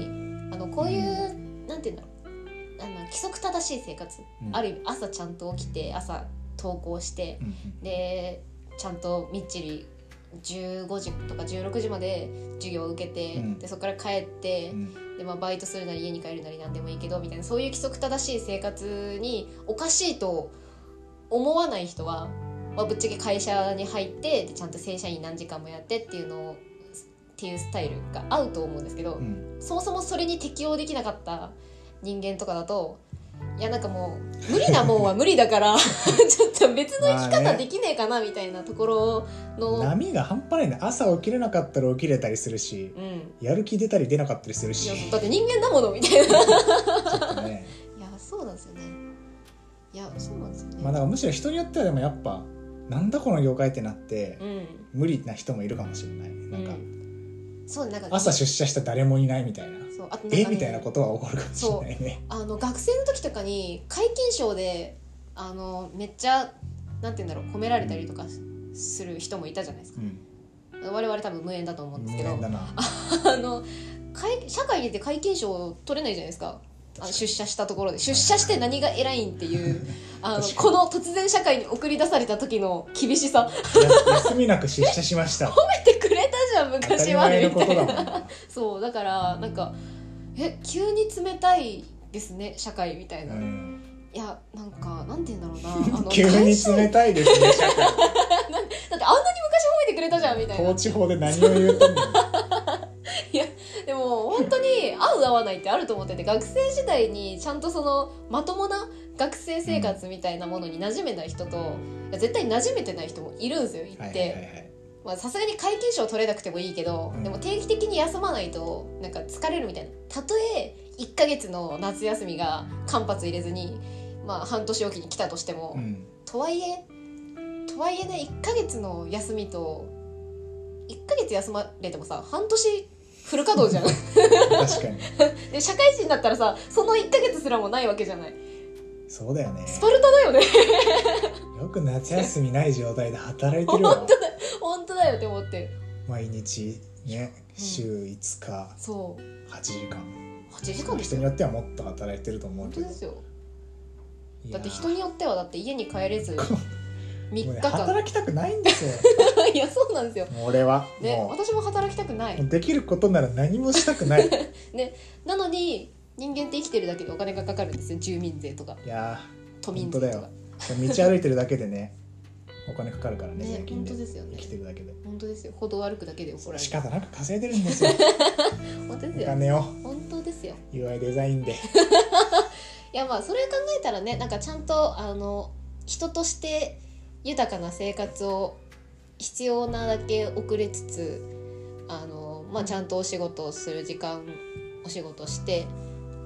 S1: あのこういう、なんていうんだろうあの規則正しい生活、
S2: うん
S1: ある意味朝ちゃんと起きて朝登校して
S2: うんうん
S1: でちゃんとみっちり15時とか16時まで授業を受けて、
S2: うん
S1: でそこから帰って
S2: う、ん
S1: でまあ、バイトするなり家に帰るなりなんでもいいけどみたいなそういう規則正しい生活におかしいと思わない人は、まあ、ぶっちゃけ会社に入ってでちゃんと正社員何時間もやってっていうのをっていうスタイルが合うと思うんですけど、
S2: うん
S1: そもそもそれに適応できなかった人間とかだといやなんかもう無理なもんは無理だから ちょっと別の生き
S2: まあ
S1: 方
S2: ね
S1: できねえかなみたいなところの、
S2: 波が半端ないね朝起きれなかったら起きれたりするし
S1: うん
S2: やる気出たり出なかったりする
S1: い
S2: し
S1: やだって人間だものみたいない
S2: ちょっとね
S1: やそうなんですよねいやそうなんですよね、
S2: まあだからむしろ人によってはでもやっぱなんだこの業界ってなって
S1: うん
S2: 無理な人もいるかもしれないなんか
S1: うんそうなんか
S2: 朝出社した誰もいないみたいな
S1: そうあとなん
S2: え
S1: か、
S2: みたいな
S1: ね、
S2: ことは起こるかもしれないね
S1: あの学生の時とかに皆勤賞であのめっちゃなんて言うんだろう褒められたりとかする人もいたじゃないですか
S2: うん
S1: 我々多分無縁だと思うんですけ
S2: 無
S1: ど
S2: 限だな
S1: あの会社会で皆勤賞取れないじゃないですかあの出社したところで出社して何が偉いんっていうあの
S2: 確かに
S1: この突然社会に送り出された時の厳しさ
S2: や休みなく出社しました
S1: 褒めてくれたじゃん
S2: 当た
S1: 昔
S2: り
S1: は
S2: 前の
S1: み
S2: こ
S1: た
S2: と
S1: い
S2: だもん
S1: な
S2: な
S1: そうだからなんかえ急に冷たいですね社会みたいうな、い
S2: ん
S1: やなんかなんて言うんだろ うなあの
S2: 急に冷たいです ね社会
S1: だってあんなに昔褒めてくれたじゃんみたいな
S2: 統治法で何を言うとんねん
S1: でも本当に合う合わないってあると思ってて学生時代にちゃんとそのまともな学生生活みたいなものに馴染めない人といや絶対馴染めてない人もいるんですよ行
S2: は
S1: っ
S2: いはいはい
S1: て
S2: はい
S1: まあさすがに皆勤賞取れなくてもいいけど
S2: うん
S1: でも定期的に休まないとなんか疲れるみたいなたとえ1ヶ月の夏休みが間髪入れずに、まあ、半年おきに来たとしても、
S2: うん
S1: とはいえとはいえね1ヶ月の休みと1ヶ月休まれてもさ半年フル稼働じゃん
S2: 確かに
S1: で社会人だったらさその1ヶ月すらもないわけじゃない
S2: そうだよね
S1: スパルタだよね
S2: よく夏休みない状態で働いてるよ
S1: 本当だよって思って
S2: 毎日ね週5日
S1: そう
S2: 8時間
S1: 8時間です
S2: 人に
S1: よ
S2: よってはもっと働いてると思う
S1: 本
S2: け
S1: 当
S2: ど
S1: ですよ
S2: い
S1: だ
S2: や
S1: って人によってはだって家に帰れ ず3日
S2: もうね
S1: 間
S2: 働きたくないんで すよ
S1: いやそうなんですよ
S2: もう俺は
S1: ね
S2: も
S1: 私も働きたくな
S2: うも
S1: いう
S2: できることなら何もしたくない
S1: なのに人間って生きてるだけでお金がかかるんですよ住民税とか
S2: いや
S1: 都民税と
S2: 本当
S1: か
S2: だー道歩いてるだけでねお金かかるからね
S1: ね
S2: 税金
S1: 本
S2: で
S1: 当ですよね
S2: 生きてるだけで
S1: 本当ですよ歩道歩くだけで怒られ
S2: 仕
S1: る
S2: 方なく稼いでるんで すよ
S1: 本当で
S2: お
S1: すよ
S2: 金を
S1: 本当ですよ
S2: UI デザインで
S1: いやまあそれ考えたらねなんかちゃんとあの人として豊かな生活を必要なだけ送れつつあの、まあ、ちゃんとお仕事をする時間お仕事して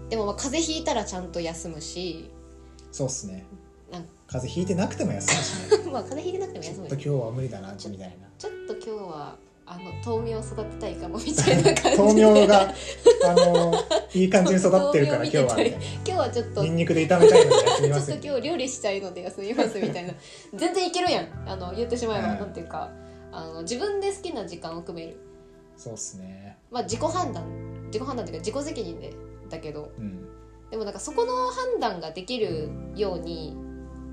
S1: でもまあ風邪ひいたらちゃんと休むし
S2: そうっすね
S1: なんか
S2: 風邪ひいてなくても休むしね
S1: まあ風邪ひいてなくても
S2: ち
S1: 休
S2: ょっ
S1: む
S2: と
S1: よ
S2: 今日は無理だなみたいな
S1: ちょっと今日はあの豆苗を育てたいかもみたいな感じで
S2: 豆 苗があのいい感じに育ってるから今日はみたい
S1: 今日はちょっと
S2: なニンニクで炒めたいので休み
S1: ち
S2: ま
S1: ょっ
S2: す
S1: と
S2: みたい
S1: 今日料理したいので休みますみたいな全然いけるやんあの言ってしまえば、
S2: うん
S1: なんていうかあの自分で好きな時間を組める
S2: なそうっすね
S1: まあ自己判断自己判断というか自己責任でだけど
S2: うん
S1: でもなんかそこの判断ができるように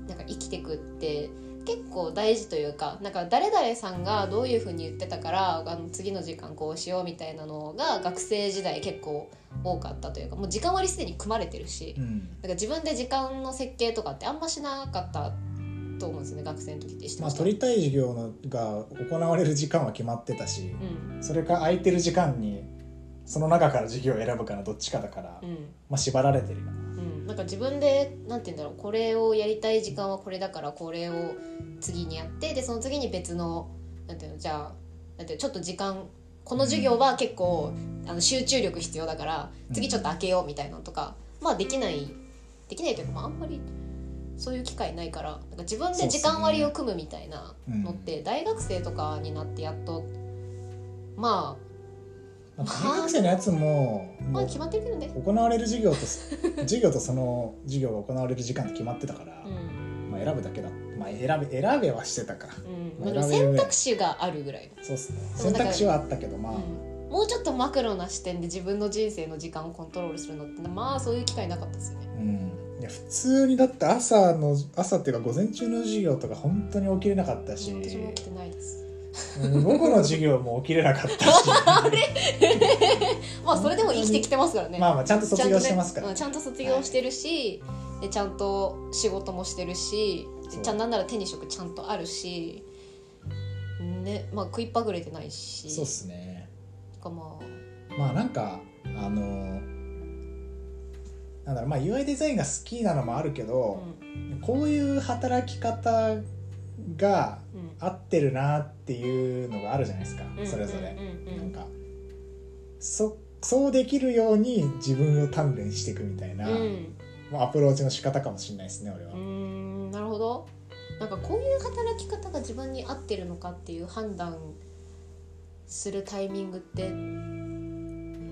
S1: なんか生きてくって結構大事というかなんか誰々さんがどういうふうに言ってたからあの次の時間こうしようみたいなのが学生時代結構多かったというかもう時間割りすでに組まれてるし
S2: う、ん
S1: なんか自分で時間の設計とかってあんましなかったと思うんですよね学生の時ってしてま
S2: まあ
S1: した、
S2: 取りたい授業のが行われる時間は決まってたし
S1: うん
S2: それか空いてる時間にその中から授業を選ぶからどっちかだから、
S1: うん
S2: まあ縛られてるよな
S1: うん、なんか自分でなんて言うんだろうこれをやりたい時間はこれだからこれを次にやってでその次に別のなんていうのじゃあなんていうのちょっと時間この授業は結構あの集中力必要だから
S2: うん
S1: 次ちょっと開けようみたいなのとか、まあできないできないというか、まあ、あんまりそういう機会ないからなんか自分で時間割を組むみたいなのって大学生とかになってやっとま
S2: なんか大学生のやつも
S1: あま
S2: も
S1: あ
S2: う
S1: 決まってるけどね。
S2: 行われる授業とす 授業とその授業が行われる時間って決まってたから、
S1: うん
S2: まあ、選ぶだけだ、まあ、選べ選べはしてたか
S1: うん、なんか選択肢があるぐらい
S2: そうっすね
S1: そう
S2: 選
S1: だから
S2: 択肢はあったけどまあ、
S1: うんもうちょっとマクロな視点で自分の人生の時間をコントロールするのってまあそういう機会なかったですよね
S2: うんいや普通にだって朝の朝っていうか午前中の授業とか本当に起きれなかったし
S1: 私も起きてないです
S2: もう午後の授業も起きれな かったし
S1: まあそれでも生きてきてますからね
S2: まあまあちゃんと卒業してますから、
S1: ちゃんとねうんちゃんと卒業してるし、でちゃんと仕事もしてるし
S2: そう
S1: ちゃんなんなら手に職ちゃんとあるしねまあ食いっぱぐれてないし
S2: そうっすね
S1: てかまあ
S2: まあなんかあのなんだろうまあ UI デザインが好きなのもあるけ
S1: う
S2: ど、
S1: ん
S2: こういう働き方が
S1: うん
S2: 合ってるなっていうのがあるじゃないですか、
S1: うん
S2: それぞれ、
S1: うんうん
S2: なんかそそうできるように自分を鍛錬していくみたいな、
S1: うん
S2: まあアプローチの仕方かもしれないですね俺は、
S1: うーんなるほどなんかこういう働き方が自分に合ってるのかっていう判断するタイミングって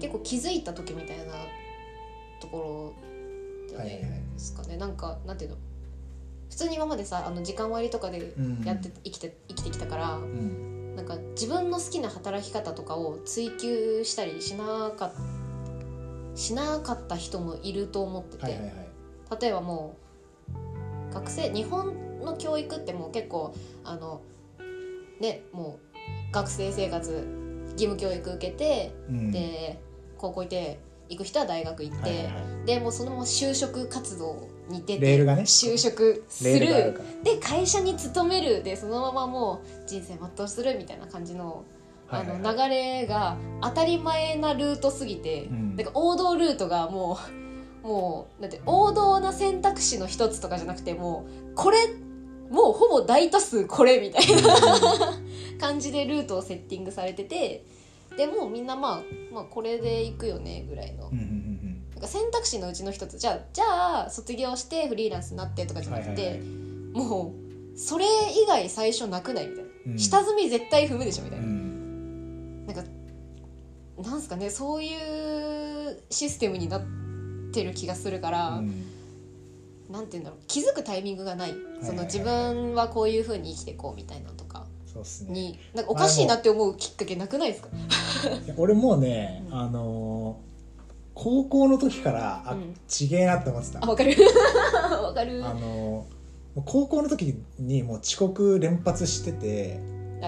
S1: 結構気づいた時みたいなところじゃない
S2: はいはいはい
S1: ですかね、なんかなんていうの普通に今までさあの時間割とかで
S2: うん
S1: やって生きて生きてきたから
S2: うん
S1: なんか自分の好きな働き方とかを追求したりしなかしなかった人もいると思ってて、
S2: はいはいはい
S1: 例えばもう学生日本の教育ってもう結構あのねもう学生生活義務教育受けて、
S2: うん
S1: で高校行って行く人は大学行って、
S2: はいはいは
S1: でもうそのまま就職活動に出て
S2: い、レールがね
S1: 就職す
S2: レールがある
S1: る
S2: から
S1: で会社に勤めるでそのままもう人生全うするみたいな感じのあ
S2: はい
S1: の
S2: はいはい
S1: 流れが当たり前なルートすぎて、
S2: うん
S1: なんか王道ルートがもう もうだって王道な選択肢の一つとかじゃなくてもうこれもうほぼ大多数これみたいな感じでルートをセッティングされててでもうみんな、まあ、まあこれで行くよねぐらいの
S2: うんうん
S1: なんか選択肢のうちの一つじゃあじゃあ卒業してフリーランスになってとかじゃなくて、
S2: はいはいはい
S1: もうそれ以外最初なくないみたいな、
S2: うんうん
S1: 下積み絶対踏むでしょみたいな
S2: う。ん
S1: なんかなんすかねそういうシステムになってる気がするか
S2: う
S1: ら、
S2: ん
S1: なんて言うんだろう気づくタイミングがない
S2: い
S1: その
S2: はい
S1: 自分はこういうふうに生きてこうみたいなのとか
S2: そうっすね
S1: になんかおかしいなって思うきっかけなくないですか、
S2: いや俺もうね、
S1: うん
S2: あのー高校の時からあ、
S1: うん
S2: ちげえなって思ってた
S1: あわか るわかる
S2: あ
S1: あ
S2: のー高校の時にもう遅刻連発してて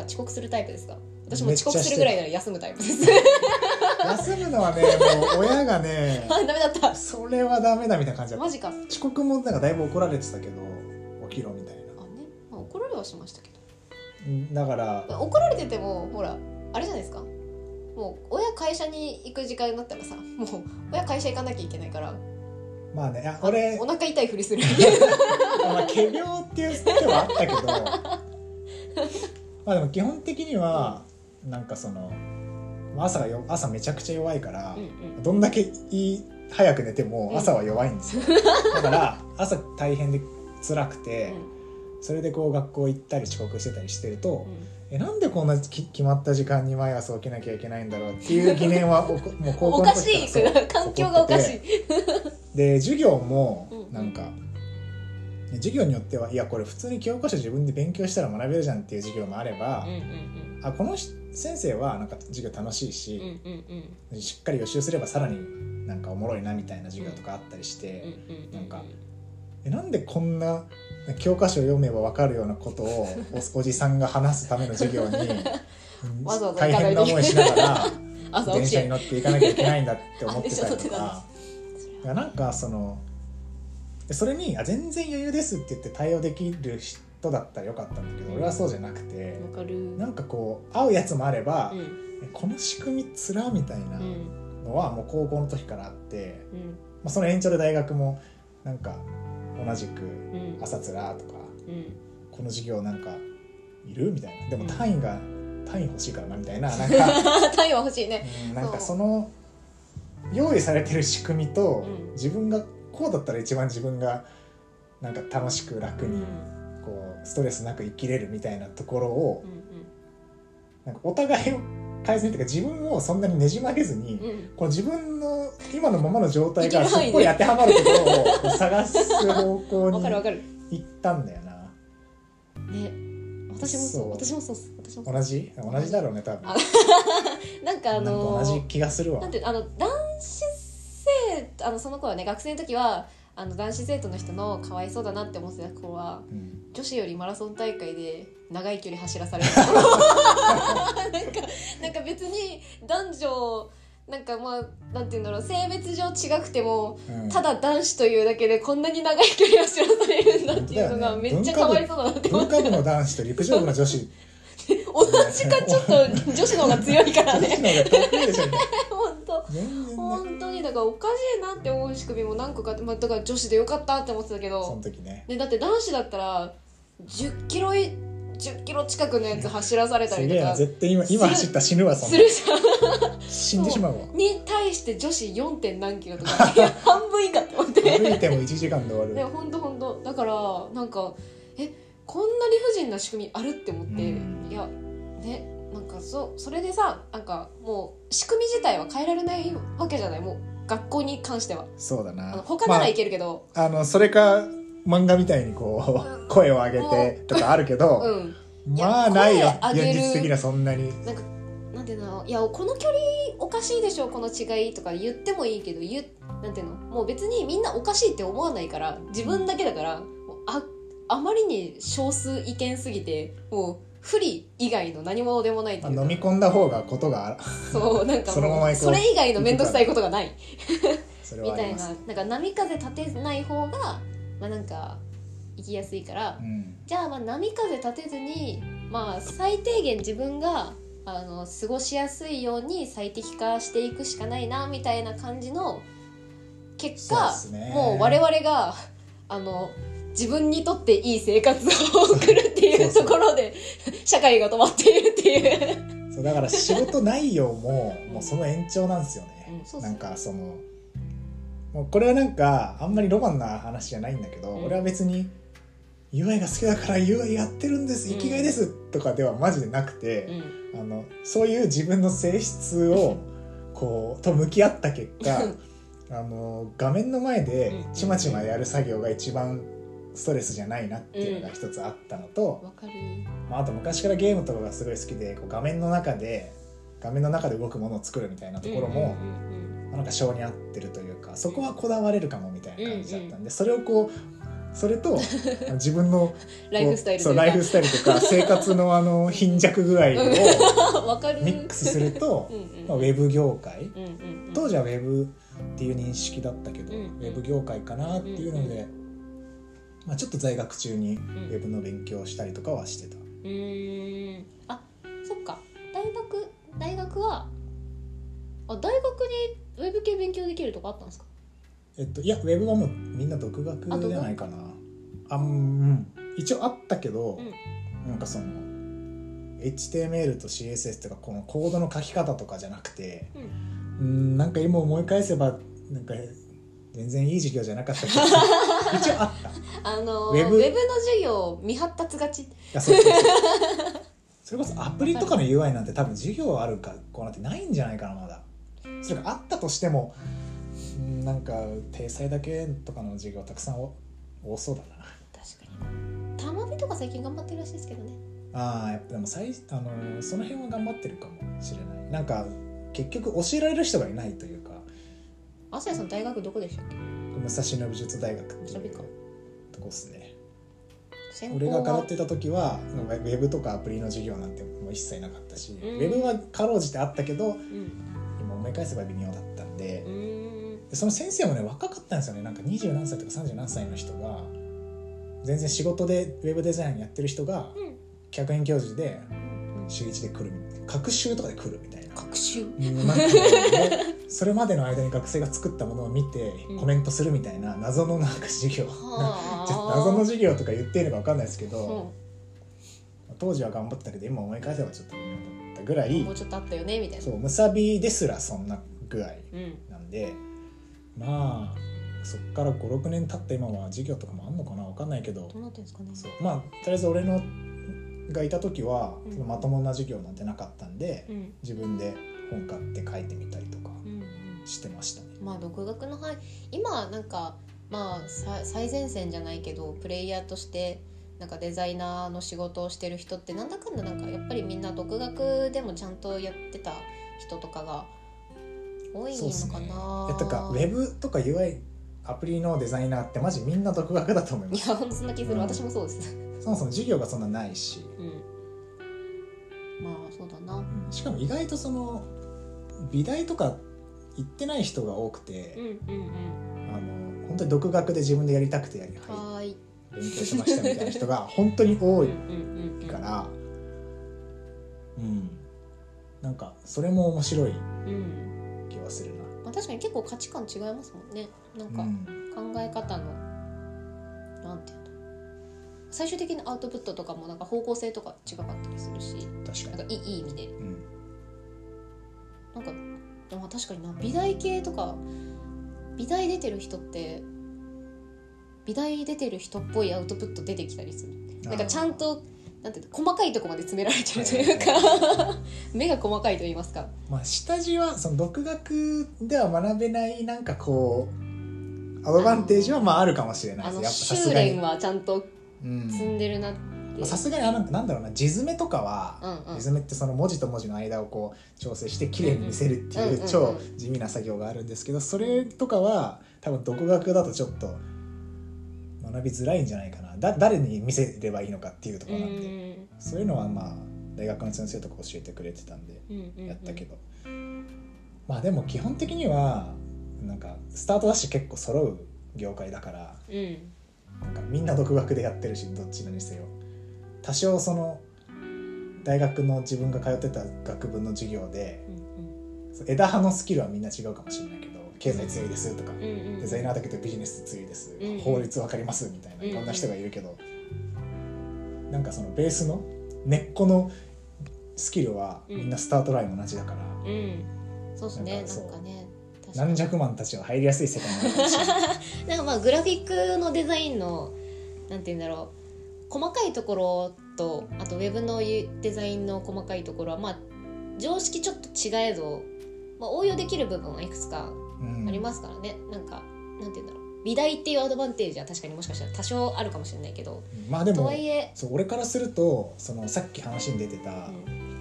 S1: 遅刻するタイプですか私も
S2: めっち
S1: 遅
S2: ゃ
S1: 刻するぐらいなら休むタイプです
S2: 休むのはねもう親がね
S1: あダメだった
S2: それはダメだみたいな感じだっ
S1: マ
S2: た
S1: ジかあね、
S2: 遅刻もなんかだいぶ怒られてたけど起きろみたい
S1: まあ、怒られはしましたけ
S2: なだから
S1: ど怒られててもほらあれじゃないですかもう親会社に行く時間になったらさもう親会社行かなきゃいけないから
S2: まあねあ俺
S1: お腹痛いふりする
S2: まあ仮病っていう手はあったけどまあでも基本的にはなんかそのまあ朝がよ朝めちゃくちゃ弱いから、
S1: うんうん
S2: どんだけいい早く寝ても
S1: うん
S2: 朝は弱いんですよ、だから朝大変で辛くて、それでこう学校行ったり遅刻してたりしてると、えなんでこんなき決まった時間に毎朝起きなきゃいけないんだろうっていう疑念はおこもう高
S1: お
S2: 校の
S1: か
S2: 時
S1: し
S2: から
S1: い
S2: そう
S1: 環境がおかしい
S2: で授業も
S1: うん
S2: なんか、授業によってはいやこれ普通に教科書自分で勉強したら学べるじゃんっていう授業もあれば、
S1: うんうん
S2: あこのし先生はなんか授業楽しいし
S1: うんう、んうんうん
S2: しっかり予習すればさらになんかおもろいなみたいな授業とかあったりして、
S1: うんうん
S2: なんかえなんでこんな教科書を読めば分かるようなことをおおじさんが話すための授業にう ん
S1: わざわざ
S2: 大変な思いしながら
S1: 朝起
S2: 電
S1: き
S2: 車に
S1: て
S2: 乗っていかなきゃいけないんだって思ってたりと
S1: あ
S2: か。いやなんかそのそれにあ「全然余裕です」って言って対応できる人だったらよかったんだけど俺はそうじゃなくて
S1: わかる
S2: なんかこう会うやつもあれば、
S1: うん
S2: えこの仕組みつらみたいな
S1: うん
S2: のはもう高校の時からあって、
S1: うん
S2: まあ、その延長で大学もなんか同じく
S1: うん
S2: 「朝つら」とか
S1: うん
S2: 「この授業なんかいる?」みたいなでも
S1: うん
S2: 単位が、単位欲しいからなみた いななんか
S1: 単位は欲しいね
S2: うんなんかその用意されてる仕組みと、
S1: うん
S2: 自分がこうだったら一番自分がなんか楽しく楽
S1: うんう
S2: に
S1: ん
S2: こうストレスなく生きれるみたいなところを
S1: うん
S2: なんかお互いを改善というか自分をそんなにねじ曲げずに、
S1: うん
S2: こう自分の今のままの状態が
S1: 生きる
S2: す
S1: 範囲
S2: っ
S1: で
S2: ごい当てはまるところをこう探す方向
S1: わかるわ
S2: に
S1: かる
S2: 行ったんだよな
S1: ね私もそ
S2: そう
S1: う私もそうっす私もそう
S2: 同じ同じだろうね多分
S1: あなんかあ
S2: なん
S1: の
S2: か同
S1: ー
S2: じ気がするわ
S1: なんてあの男子生あのその子はね学生の時はあの男子生徒の人のかわいそうだなって思ってた子は
S2: うん
S1: 女子よりマラソン大会で長い距離走ら されるなんかなんか別に男女なんかまあなんていうんだろう性別上違くても
S2: うん
S1: ただ男子というだけでこんなに長い距離走らされるんだっていうのが
S2: 本当だ
S1: め
S2: よね
S1: っちゃかわいそうだなって思
S2: 文
S1: って
S2: 化部の男子と陸上部の 女子
S1: 同じかちょっと女子の方が強いから
S2: 女
S1: ね
S2: 子の方が得意でしょみたいな
S1: 本当
S2: 全然ね
S1: 本当にだからおかしいなって思う仕組みも何個かあって、まあ、だから女子でよかったって思ってたけ
S2: そ
S1: ど
S2: の時ね
S1: でだって男子だったら10キロい10キロ近くのやつ走らされた
S2: す
S1: り
S2: げ
S1: と
S2: えな
S1: か
S2: 絶対今今走ったら死ぬわそ
S1: す
S2: んな
S1: るじゃん
S2: 死んでしまうわ
S1: に対して女子 4. 点何キロとか いや半分以下って思って
S2: 歩いても1時間で終
S1: で
S2: わる
S1: もほんとほんとだからなんかえこんな理不尽な仕組みあるって思って、
S2: うん
S1: いやねなんかそそれでさなんかもう仕組み自体は変えられないわけじゃないもう学校に関しては
S2: そうだな
S1: あの他ならいけるけど、
S2: まあ、あのそれか漫画みたいにこう声を上げてとかあるけど、
S1: うんいや
S2: まあないよ
S1: 声上げ
S2: 現
S1: る
S2: 実的なそんなに
S1: なんかなんていうのいやこの距離おかしいでしょこの違いとか言ってもいいけど言うなんていうのもう別にみんなおかしいって思わないから自分だけだからもうああまりに少数意見すぎてもう不利以外の何もでもないと
S2: ま
S1: いう
S2: あ
S1: か
S2: 飲み込んだ方がことがあら
S1: そうなんかもう
S2: そのまま行こう
S1: それ以外の面倒くさいことがない
S2: それ
S1: み
S2: はあ
S1: た
S2: り
S1: い
S2: ます
S1: ななんか波風立てない方がまあなんか生きやすいから
S2: うん
S1: じゃあまあ波風立てずに、まあ、最低限自分があの過ごしやすいように最適化していくしかないなみたいな感じの結果
S2: そうっすね
S1: もう我々があの自分にとっていい生活を送るっていう
S2: そうそう
S1: ところで社会が止まっているっていう。
S2: そうだから仕事内容も
S1: うん
S2: もうその延長なんですよね、
S1: うんそうっす
S2: な
S1: ね
S2: んかそのもうこれはなんかあんまりロマンな話じゃないんだけど、
S1: うん
S2: 俺は別に UI が好きだから UI やってるんです生きがいです、とかではマジでなくて、あのそういう自分の性質をこうと向き合った結果あの画面の前で
S1: うん
S2: ちまちまやる作業が一番ストレスじゃないなっていうのが一つあったのと、
S1: わかる
S2: まあ、あと昔からゲームとかがすごい好きでこう画面の中で画面の中で動くものを作るみたいなところも、
S1: うんうん
S2: まあなんか性に合ってるというかそこはこだわれるかもみたいな感じだったんで、それをこうそれ と自分の
S1: うんライフスタイル
S2: そうライフスタイルと か生活のあの貧弱具合を
S1: あわかる
S2: ミックスすると
S1: う、んうん
S2: まあ、ウェブ業
S1: う
S2: 界
S1: んうんうん
S2: 当時はウェブっていう認識だったけど、
S1: うん
S2: ウェブ業界かなっていうので、まあ、ちょっと在学中にウ
S1: うん
S2: ェブの勉強をしたりとかはしてた。
S1: うーんあそっか大学大学はあ大学にウェブ系勉強できるとかあったんですか
S2: えっと、いやウェブはもうみんな独
S1: あ
S2: 学
S1: 独
S2: じゃ
S1: 学
S2: ないかなあうんうん一応あったけど、
S1: う
S2: なんかその HTML と CSS とかこのコードの書き方とかじゃなくて
S1: う
S2: うんなんか今思い返せばなんか全然いい授業じゃなかったけど一応あったい
S1: あの
S2: ウ
S1: ウ
S2: ェ
S1: ェ
S2: ブ
S1: ブウェブの授業未発達がち
S2: やそう そうそうそれこそアプリとかの UI なんて多分授業あるかこうなんてないんじゃないかなまだそれがあったとしてもうんなんか体裁だけとかの授業たくさんお多そうだな
S1: 確かにたまびとか最近頑張ってるらしいですけどね
S2: ああやっぱでもさいあのーその辺は頑張ってるかもしれないなんか結局教えられる人がいないというか
S1: あさやさん大学どこでしたっけ
S2: 武蔵野武術大学って
S1: そ
S2: いうう
S1: か
S2: とこっすね
S1: 専
S2: 俺が通ってた時はウェウェブとかアプリの授業なんてもう一切なかったし、
S1: ん
S2: ウェブはかろうじてあったけ
S1: う
S2: ど
S1: ん
S2: 今思い返せば微妙だったんで
S1: う、ーん
S2: でその先生もね若かったんですよねなんか20何歳とか30何歳の人が全然仕事でウェブデザインやってる人が
S1: うん
S2: 客員教授で週1で来るみたいな隔週とかで来るみたいな
S1: 学習
S2: もうなんかねそれまでの間に学生が作ったものを見て
S1: うん
S2: コメントするみたいな謎のなんか授業、
S1: はあ
S2: ちょっと謎の授業とか言っていいのか分かんないですけど、当時は頑張ってたけど今思い返せばちょっと微妙だったぐら
S1: うん
S2: い
S1: もうちょっとあったよねみたいな
S2: そうむさびですらそんな具合
S1: うん
S2: なんでまあそっから56年経った今は授業とかもあんのかな分かんないけど
S1: どうなってんですかね
S2: そうまあとりあえず俺のがいた時は
S1: うん
S2: そのまともな授業なんてなかったんで
S1: うん
S2: 自分で本買って書いてみたりとか。
S1: うんうん
S2: してましたね。
S1: まあ独学の範囲今なんかまあさ最前線じゃないけどプレイヤーとしてなんかデザイナーの仕事をしてる人ってなんだかんだなんかやっぱりみんな独学でもちゃんとやってた人とかが多い
S2: そうっす
S1: の
S2: ね
S1: かな。
S2: えとかウェブとか UI アプリのデザイナーってマジみんな独学だと思いま
S1: い
S2: す
S1: やほんとそんな気する、
S2: うん
S1: 私もそうです
S2: そもそも授業がそんなないし、
S1: うんまあそうだな
S2: うんしかも意外とその美大とか行ってない人が多く
S1: うん
S2: て、
S1: うん
S2: あの本当に独学で自分でやりたくてやり、
S1: うん
S2: は
S1: はーい
S2: い、勉強しましたみたい な人が本当に多い
S1: うんうんうんうん
S2: からうんなんかそれも面白い
S1: うん
S2: 気はする
S1: まあ、確かに結構価値観違いますもんねなん
S2: な、
S1: か
S2: うん、
S1: 考え方の、なんていうの最終的なアウトプットとかもなんか方向性とか違かったりするし
S2: 確
S1: なん
S2: か
S1: か
S2: に、
S1: いいいい意味で
S2: うん、
S1: なんかでも確かにな美大系とか美大出てる人って美大出てる人っぽいアウトプット出てきたりするなんかちゃんとなんていうの細かいとこまで詰められちゃうというか 目が細かいと言いますか
S2: まあ、下地はその独学では学べないなんかこうアドバンテージはまああるかもしれない
S1: あの
S2: やっぱさす
S1: 修
S2: がに
S1: 練はちゃんと
S2: うん
S1: 積んでるなって、
S2: まあさすがにあのなんだろうな字詰めとか
S1: う
S2: は、
S1: んうん
S2: 字詰めってその文字と文字の間をこう調整して綺麗に見せるって
S1: うんうんうんうん
S2: い
S1: う
S2: うん超地味な作業があるんですけどそれとかは多分独学だとちょっと学びづらいんじゃないかなだ誰に見せればいいのかっていうところなんで
S1: うん
S2: そういうのはまあ大学の先生とか教えてくれてたんで
S1: うんうん
S2: やったけど、まあでも基本的にはなんかスタートダッシュ結構揃う業界だから
S1: うん
S2: なんかみんな独学でやってるしどっちにせよ多少その大学の自分が通ってた学部の授業で
S1: うん
S2: 枝葉のスキルはみんな違うかもしれないけど経済強いですとか、
S1: うんうんうん
S2: デザイナーだけどビジネス強いです、
S1: うん
S2: 法律わかりますみたいな
S1: うん
S2: いろんな人がいるけど、なんかそのベースの根っこのスキルはみんなスタートライン同じだから。
S1: うん、そうですね
S2: なんか
S1: な
S2: そうん
S1: かね確かに
S2: 軟弱マンたちは入りやすい世界なのかもしれない
S1: なんかまあグラフィックのデザインのなんて言うんだろう細かいところとあとウェブのデザインの細かいところはまあ常識ちょっと違えど、まあ、応用できる部分はいくつか
S2: うん
S1: ありますからね、なんかなんて言うんだろう美大っていうアドバンテージは確かにもしかしたら多少あるかもしれないけど
S2: まあで
S1: と
S2: も
S1: はいえ、
S2: そう俺からするとそのさっき話に出て
S1: う
S2: た
S1: ん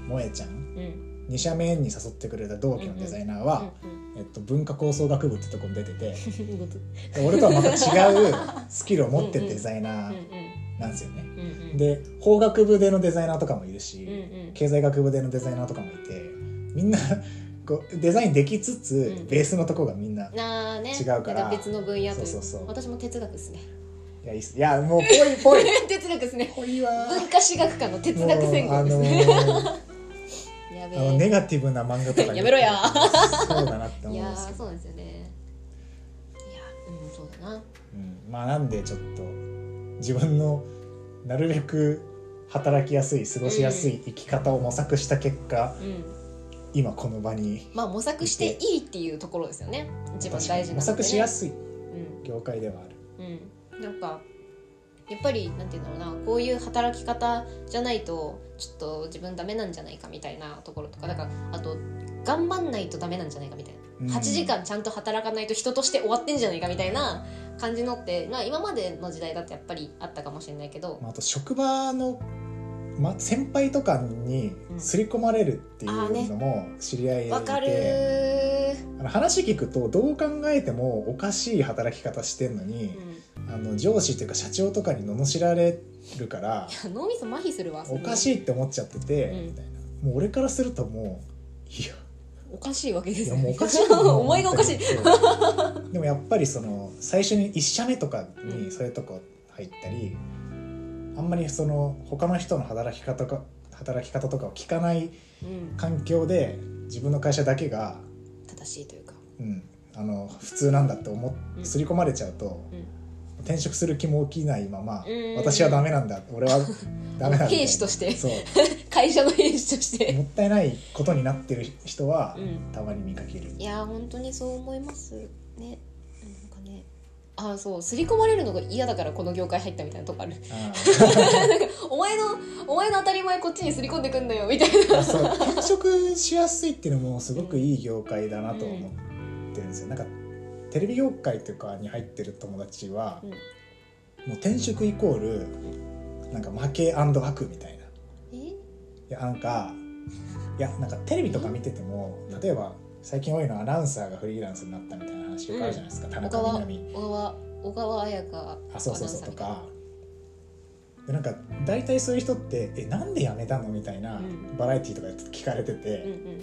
S2: 萌えちゃん
S1: うんうん
S2: 2社目に誘ってくれた同期のデザイナーは、えっと、文化構想学部ってとこに出て て
S1: うんうん
S2: で俺とはまた違うスキルを持ってるデザイナーなんですよね。
S1: うんうん
S2: で法学部でのデザイナーとかもいるし、
S1: うんうん
S2: 経済学部でのデザイナーとかもいてみんな こうデザインできつつ、
S1: うん
S2: ベースのとこがみんな
S1: なあね
S2: 違うから
S1: なん別の分野という
S2: そうそうそう
S1: 私も哲学ですね
S2: いやいいっすいやもうぽいぽい
S1: 哲学ですね
S2: ぽいわー
S1: 文化史学科の哲学専
S2: もう
S1: 攻
S2: あ
S1: です
S2: の
S1: ね、
S2: ー
S1: やべ
S2: あの
S1: え、
S2: ネガティブな漫画とかに
S1: やめろや
S2: そうだなって
S1: い
S2: 思うん
S1: や
S2: ですけ
S1: ー
S2: ど、
S1: そうなんですよねいやうんそうだな
S2: うん、まあなんでちょっと自分のなるべく働きやすい過ごしやすい生き方を模索した結果、
S1: うん
S2: 今この場に
S1: まあ模索していいっていうところですよね一番大事なので、ね、
S2: 模索しやすい
S1: うん
S2: 業界ではある
S1: うんなんかやっぱりなんていうんだろうなこういう働き方じゃないとちょっと自分ダメなんじゃないかみたいなところとかだからあと頑張んないとダメなんじゃないかみたいな、
S2: うん
S1: 8時間ちゃんと働かないと人として終わってんじゃないかみたいな感じのって、まあ、今までの時代だってやっぱりあったかもしれないけど、
S2: まあ、あと職場の、ま、先輩とかに刷り込まれるってい
S1: あーね
S2: うのも知り合いでい
S1: わかる
S2: て、
S1: ー、
S2: あの話聞くとどう考えてもおかしい働き方してんのに、
S1: う
S2: あの上司というか社長とかに罵られるから
S1: ん、脳みそ麻痺するわ
S2: おか
S1: い
S2: しいって思っちゃってて、
S1: うん
S2: みたいなもう俺からするともういや
S1: おかしいわけで
S2: い
S1: す
S2: や
S1: よ
S2: もうおかしい
S1: お前がおかしい
S2: そうでもやっぱりその最初に1社目とかにそういうとこ入ったり、あんまりその他の人の働き方か働き方とかを聞かない
S1: うん、
S2: 環境で自分の会社だけが、
S1: 正しいというか
S2: うん、あの普通なんだって思
S1: う
S2: っ
S1: ん
S2: 刷り込まれちゃうと、転職する気も起きないまま、
S1: うん
S2: 私はダメなんだ俺は ダメなんだ
S1: 兵士として
S2: そう
S1: 会社の兵士として
S2: もったいないことになってる人は、
S1: うん
S2: たまに見かける
S1: いやー本当にそう思いますねなんかねあーそう刷り込まれるのが嫌だからこの業界入ったみたいなとこある
S2: あ
S1: お前のお前の当たり前こっちに刷り込んでくんだよみたい
S2: ーそう転職しやすいっていうのもすごくいい業界だなと思ってるんですよなんかテレビ業界とかに入ってる友達は、
S1: うん
S2: もう転職イコールなんか負け悪みたいな
S1: え
S2: いやなんかいやなんかテレビとか見てても例えば最近多いのはアナウンサーがフリーランスになったみたいな話よくあるじゃないですか、田中
S1: 小
S2: み
S1: 川
S2: な実
S1: 小川小川彩香
S2: あそうそうそう
S1: アナウンサー
S2: と
S1: みたいな
S2: かでなんか大体そういう人って「えなんで辞めたの?」みたいな
S1: うん
S2: バラエティーとかで聞かれて
S1: うんう
S2: て
S1: ん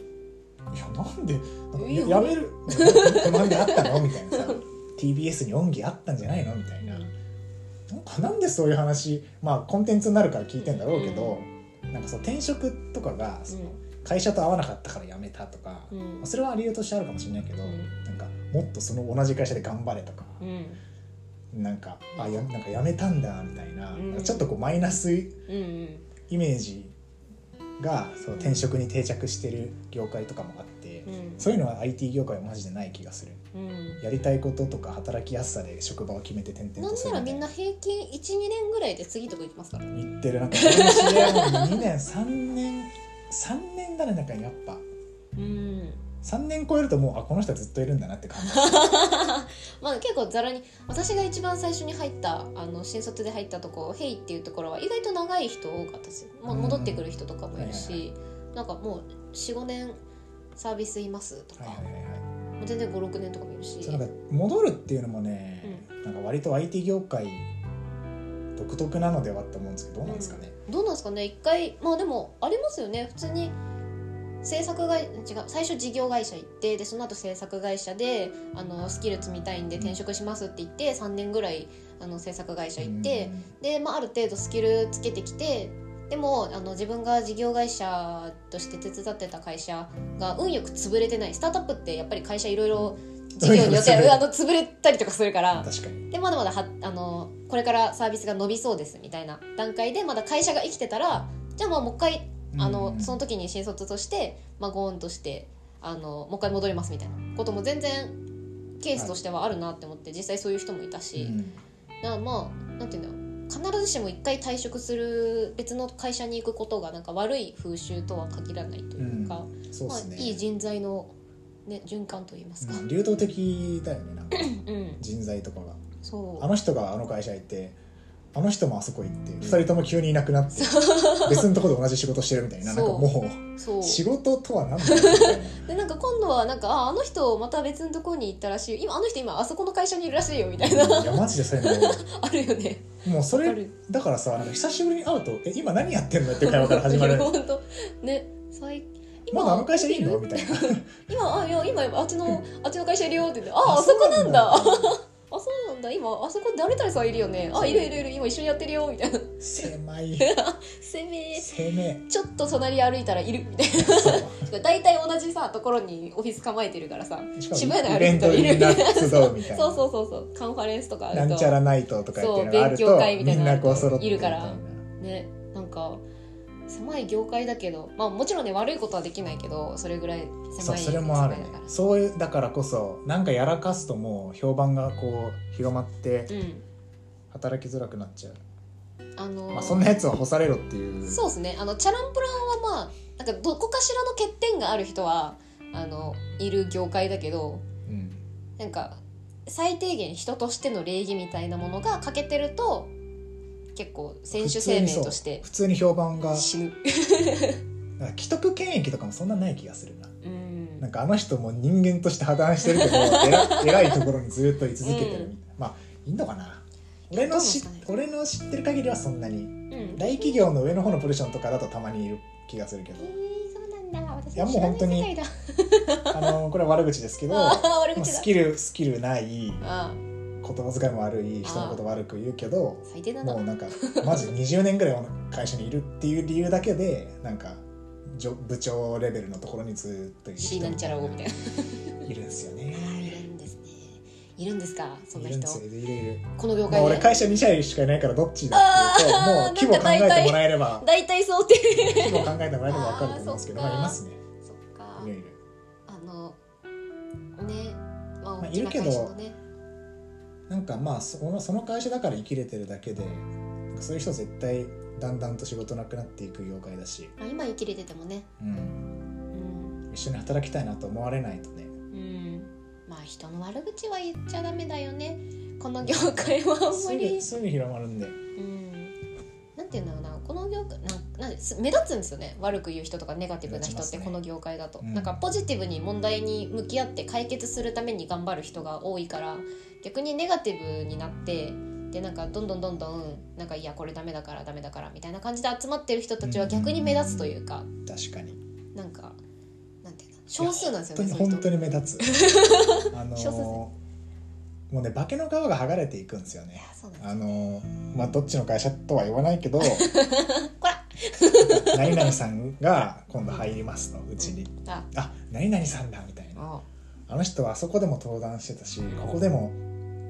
S2: 「いやなんで
S1: いいよ
S2: なんかや辞める なんであったの?」みたいなさ「TBS に恩義あったんじゃないの?」みたいななんかなんでそういう話まあコンテンツになるから聞いてんだろうけど、なんかそう転職とかがその会社と合わなかったから辞めたとか、
S1: うん
S2: まあそれは理由としてあるかもしれないけど、
S1: うん
S2: なんかもっとその同じ会社で頑張れとか、
S1: うん
S2: なんかあやなんか辞めたんだみたいな,、
S1: うん
S2: ちょっとこうマイナスイ
S1: うんうん
S2: メージがその転職に定着してる業界とかもあって、
S1: うん
S2: そういうのは IT 業界はマジでない気がする
S1: うん
S2: やりたいこととか働きやすさで職場を決めて転々
S1: な
S2: と
S1: ん
S2: する
S1: ならみんな平均12年ぐらいで次とか行きますからね
S2: 言ってるなんか俺の知り合いも2年3年3年だねなんかやっぱ
S1: うん
S2: 3年超えるともうあこの人はずっといるんだなって感じ
S1: まあ結構ざらに私が一番最初に入ったあの新卒で入ったとこ「ヘイ」っていうところは意外と長い人多かったですよ、まあ、
S2: うん
S1: 戻ってくる人とかもいる
S2: はい
S1: し、なんかもう45年サービスいますとか、
S2: はいはいはいはい
S1: もう全然56年とかもいるし
S2: そうなんか戻るっていうのもね、なんか割と IT 業界独特なのではって思うんですけどどうなんですかね、
S1: どうなんですかね一回まあでもありますよね普通に制作会違う最初事業会社行ってでその後制作会社であのスキル積みたいんで転職しますって言って3年ぐらいあの制作会社行って、で、まあ、ある程度スキルつけてきてでもあの自分が事業会社として手伝ってた会社が運よく潰れてないスタートアップってやっぱり会社いろいろ事業によって
S2: 潰れる
S1: あの潰れたりとかするから
S2: うん、確かに
S1: でまだまだはあのこれからサービスが伸びそうですみたいな段階でまだ会社が生きてたらじゃあまあもう一回あの
S2: うん
S1: その時に新卒として、まあ、ゴーンとしてあのもう一回戻りますみたいなことも全然ケースとしてはあるなって思って、実際そういう人もいた
S2: う
S1: し、
S2: ん
S1: だからまあなんていうんだろう必ずしも一回退職する別の会社に行くことがなんか悪い風習とは限らないというか、
S2: そうで
S1: まあ
S2: す、ね、
S1: いい人材の、ね、循環といいますか。
S2: うん流動的だよねなんか
S1: うん、
S2: 人材とかが
S1: そう
S2: あの人があの会社行ってあの人もあそこ行って2人とも急にいなくなって別のとこで同じ仕事してるみたいななんか
S1: そう
S2: も
S1: そう
S2: う仕事とは何だろうみたいな
S1: でなんか今度はなんかああの人また別のところに行ったらしい今あの人今あそこの会社にいるらしいよみたいな
S2: いやマジでそういうの
S1: あるよね
S2: もうそ
S1: わか
S2: れ
S1: る
S2: だからさなんか久しぶりに会うと「え今何やってんの?」って会話から始まる
S1: 本当ね最
S2: 「まだあの会社いいの?」みたいな
S1: 今あいや今あっちのあっちの会社いるよって言ってあああそこなんだあそうなんだ今あそこ誰々さんいるよねあいるいるいる今一緒にやってるよみたいな
S2: 狭い
S1: せめえ
S2: 狭め
S1: ちょっと隣歩いたらいるみたい
S2: そう
S1: な 大体同じさところにオフィス構えてるからさ
S2: しかも
S1: 渋谷で
S2: イ
S1: 歩い
S2: ベ
S1: て
S2: ン
S1: た
S2: ト
S1: らい
S2: に
S1: るみ
S2: みん
S1: た
S2: ない
S1: な
S2: 集うみた い
S1: そう
S2: な
S1: そうそうそうカンファレンスとかある
S2: な
S1: と
S2: んちゃらナイトとかっていうのがある
S1: そう勉強
S2: と
S1: 会みた
S2: み
S1: いなんのあ
S2: な
S1: ると
S2: こう揃って
S1: いるから
S2: みたいな
S1: ねなんか狭い業界だけどまあもちろんね悪いことはできないけどそれぐらい
S2: そ
S1: 狭
S2: う
S1: い
S2: それもあるね
S1: 世界だから
S2: そういうだからこそなんかやらかすともう評判がこう広まって
S1: うん
S2: 働きづらくなっちゃう、
S1: あのー
S2: まあ、そんなやつは干されろっていう
S1: そうですねあのチャランプランはまあなんかどこかしらの欠点がある人はあのいる業界だけど
S2: うん、
S1: なんか最低限人としての礼儀みたいなものが欠けてると結構選手生命として
S2: 普通に評判が
S1: 死ぬ
S2: なんか既得権益とかもそんなない気がするな
S1: うん
S2: なんかあの人も人間として破綻してる けど偉偉いところにずっと居続けてるみたいな、まあいいのかな俺のし
S1: どうなんです
S2: 俺の知ってる限りはそんなに
S1: うん
S2: 大企業の上の方のポジションとかだとたまにいる気がするけ
S1: え
S2: ど
S1: ーそうなんだ私
S2: いやもう本当に
S1: 知らない世界だ
S2: あのこれは悪口ですけど
S1: あー悪
S2: まあ
S1: 口だ
S2: スキルスキルない
S1: ああ
S2: 言葉遣いも悪い人のこと悪く言うけど
S1: 最低だな
S2: もうなんかマジ20年ぐらい会社にいるっていう理由だけでなんかじょ部長レベルのところにずっといる
S1: シーなんちゃらをみたいな。
S2: いるんですよね
S1: いるんですね。いるんですか、そん
S2: い
S1: な
S2: るん
S1: 人
S2: で。すよいるいる
S1: この業
S2: まあ、
S1: 界
S2: 俺
S1: で。
S2: 会社2社しかいないからどっちだっていうと
S1: あー
S2: もう規模考えてもらえれば
S1: 大体想定。
S2: 規模考えてもらえれば分かると思うんですけど
S1: あーそっか
S2: まあいますね
S1: そっか
S2: い。ろいろ
S1: あの。ね。まあ、
S2: まあ
S1: 大きな会社のね。
S2: なんかまあそのその会社だから生きれてるだけでなんかそういう人絶対だんだんと仕事なくなっていく業界だし、
S1: まあ、今生きれててもね。
S2: うん、
S1: うん。
S2: 一緒に働きたいなと思われないとね
S1: うん。まあ、人の悪口は言っちゃダメだよね。この業界はあんます
S2: ぐ
S1: り。
S2: すぐ広まるんで
S1: うん。なんていうんだろうなこの業界ななんす目立つんですよね悪く言う人とかネガティブな人っ
S2: 目立ち
S1: て
S2: ます
S1: こ
S2: ね
S1: の業界だと、
S2: うん
S1: なんかポジティブに問題に向き合って解決するために頑張る人が多いから逆にネガティブになってでなんかどんどんどんどんなんかいやこれダメだからダメだからみたいな感じで集まってる人たちは逆に目立つというか、
S2: 確かに
S1: なんかなんていうの少数なんですよね
S2: いや
S1: そういう
S2: 本当
S1: 人
S2: に本当に目立つ あの
S1: 少数です
S2: もうね化けの皮が剥がれていくんですよ
S1: いや
S2: ね
S1: そうなんです
S2: あ
S1: よ
S2: のまあどっちの会社とは言わないけど
S1: こら
S2: 何々さんが今度入りますとうちに
S1: あ
S2: あ何々さんだみたいな
S1: あ
S2: あの人はあそこでも登壇してたしここでも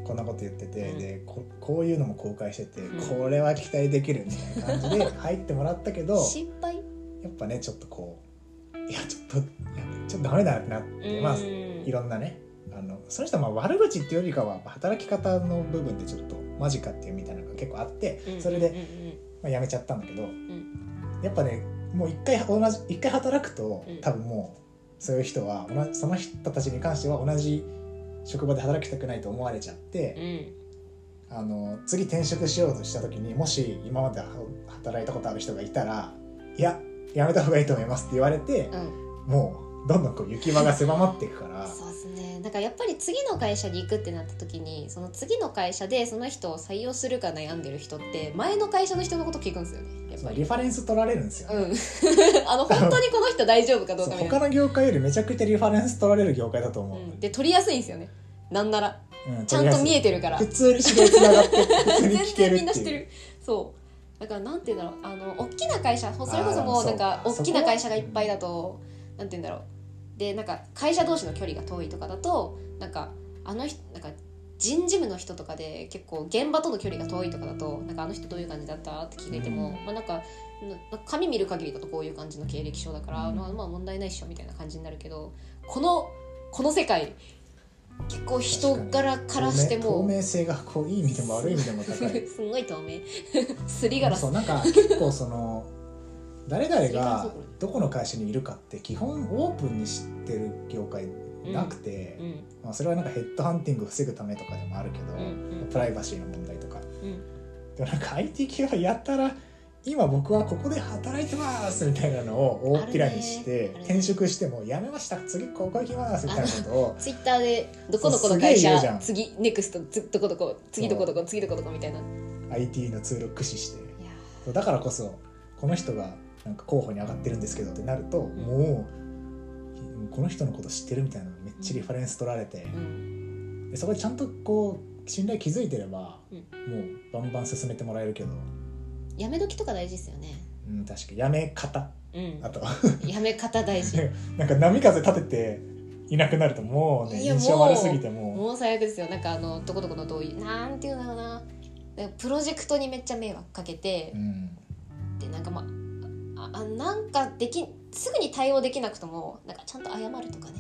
S2: こんなこと言ってて、
S1: うん
S2: でここういうのも公開してて、
S1: うん
S2: これは期待できるみたいな感じ で入ってもらったけど
S1: 心配
S2: やっぱねちょっとこういやちょっといやちょっとダメだなってまあいろんなねあのその人はまあ悪口っていうよりかは働き方の部分でちょっとマジかっていうみたいなのが結構あってそれで、まあ、辞めちゃったんだけど、やっぱねもう一回同じ一回働くと
S1: うん
S2: 多分もうそういう人は同じその人たちに関しては同じ職場で働きたくないと思われちゃって、あの次転職しようとした時にもし今まで働いたことある人がいたら「いややめた方がいいと思います」って言われて、
S1: うん
S2: もうどんどんこう行き場が狭まっていくか ら。
S1: そうですねだからやっぱり次の会社に行くってなった時にその次の会社でその人を採用するか悩んでる人って前の会社の人のこと聞くんですよねやっ
S2: そ
S1: ぱ
S2: う
S1: り
S2: リファレンス取られるんですよね、
S1: うん あの本当にこの人大丈夫かどう
S2: そ
S1: か
S2: う
S1: みたい
S2: 他
S1: な、
S2: の業界よりめちゃくちゃリファレンス取られる業界だと思う、
S1: うん、で取りやすいんですよねなんなら
S2: うん
S1: ちゃんと見え
S2: て
S1: てるから
S2: 普通に知り合いつながって普通に
S1: 全
S2: 聞け
S1: 然
S2: る
S1: みん
S2: っ
S1: な
S2: て
S1: 知って
S2: いう
S1: るそうだからなんて言うんだろうあの大きな会社それこそもうなんか
S2: あーそうか
S1: 大きな会社がいっぱいだとなんて言うんだろうでなんか会社同士の距離が遠いとかだとなんかあの人なんか人事部の人とかで結構現場との距離が遠いとかだとなんかあの人どういう感じだったって聞いても、
S2: うん
S1: まあなんかな紙見る限りだとこういう感じの経歴書だから、
S2: うん
S1: まあまあ問題ないっしょみたいな感じになるけどこのこの世界結構人柄からしても
S2: 透明透明性がこういい意味でも悪い意味でも高い
S1: すんごい透明 すりガラス
S2: そうなんか結構その誰々
S1: そう いう感
S2: が
S1: じ
S2: どこの会社にいるかって基本オープンに知ってる業界なくて、
S1: うん
S2: まあ、それはなんかヘッドハンティングを防ぐためとかでもあるけど、
S1: うんうん
S2: プライバシーの問題とか
S1: うん
S2: でもなんか IT 系はやったら今僕はここで働いてますみたいなのを大っぴらにして、
S1: あるね
S2: 転職してもやめました次ここ行きますみたいなことを
S1: ツイッターでどこどこの会
S2: そうすげえ言うじゃ
S1: 社
S2: ん
S1: 次ネクストつどこどこ次どこどこ次どこどこみたいない
S2: IT のツールを駆使して
S1: や
S2: そうだからこそこの人がなんか候補に上がってるんですけどってなると、もうこの人のこと知ってるみたいなのめっちゃリファレンス取られて、
S1: ーうん
S2: でそこでちゃんとこう信頼築いてれば、
S1: うん
S2: もうバンバン進めてもらえるけど、
S1: やめ時とか大事ですよね
S2: うん、確かやめ方
S1: うん
S2: あと
S1: やめ方大事
S2: なんか波風立てていなくなるともうね
S1: いや
S2: 印
S1: も
S2: 象
S1: う
S2: 悪すぎても
S1: もう最悪ですよなんかあのどこどこのどういうなんていうんだろうななんかプロジェクトにめっちゃ迷惑かけて、
S2: う、うん、
S1: でなんかまあああなんかできすぐに対応できなくともなんかちゃんと謝るとかね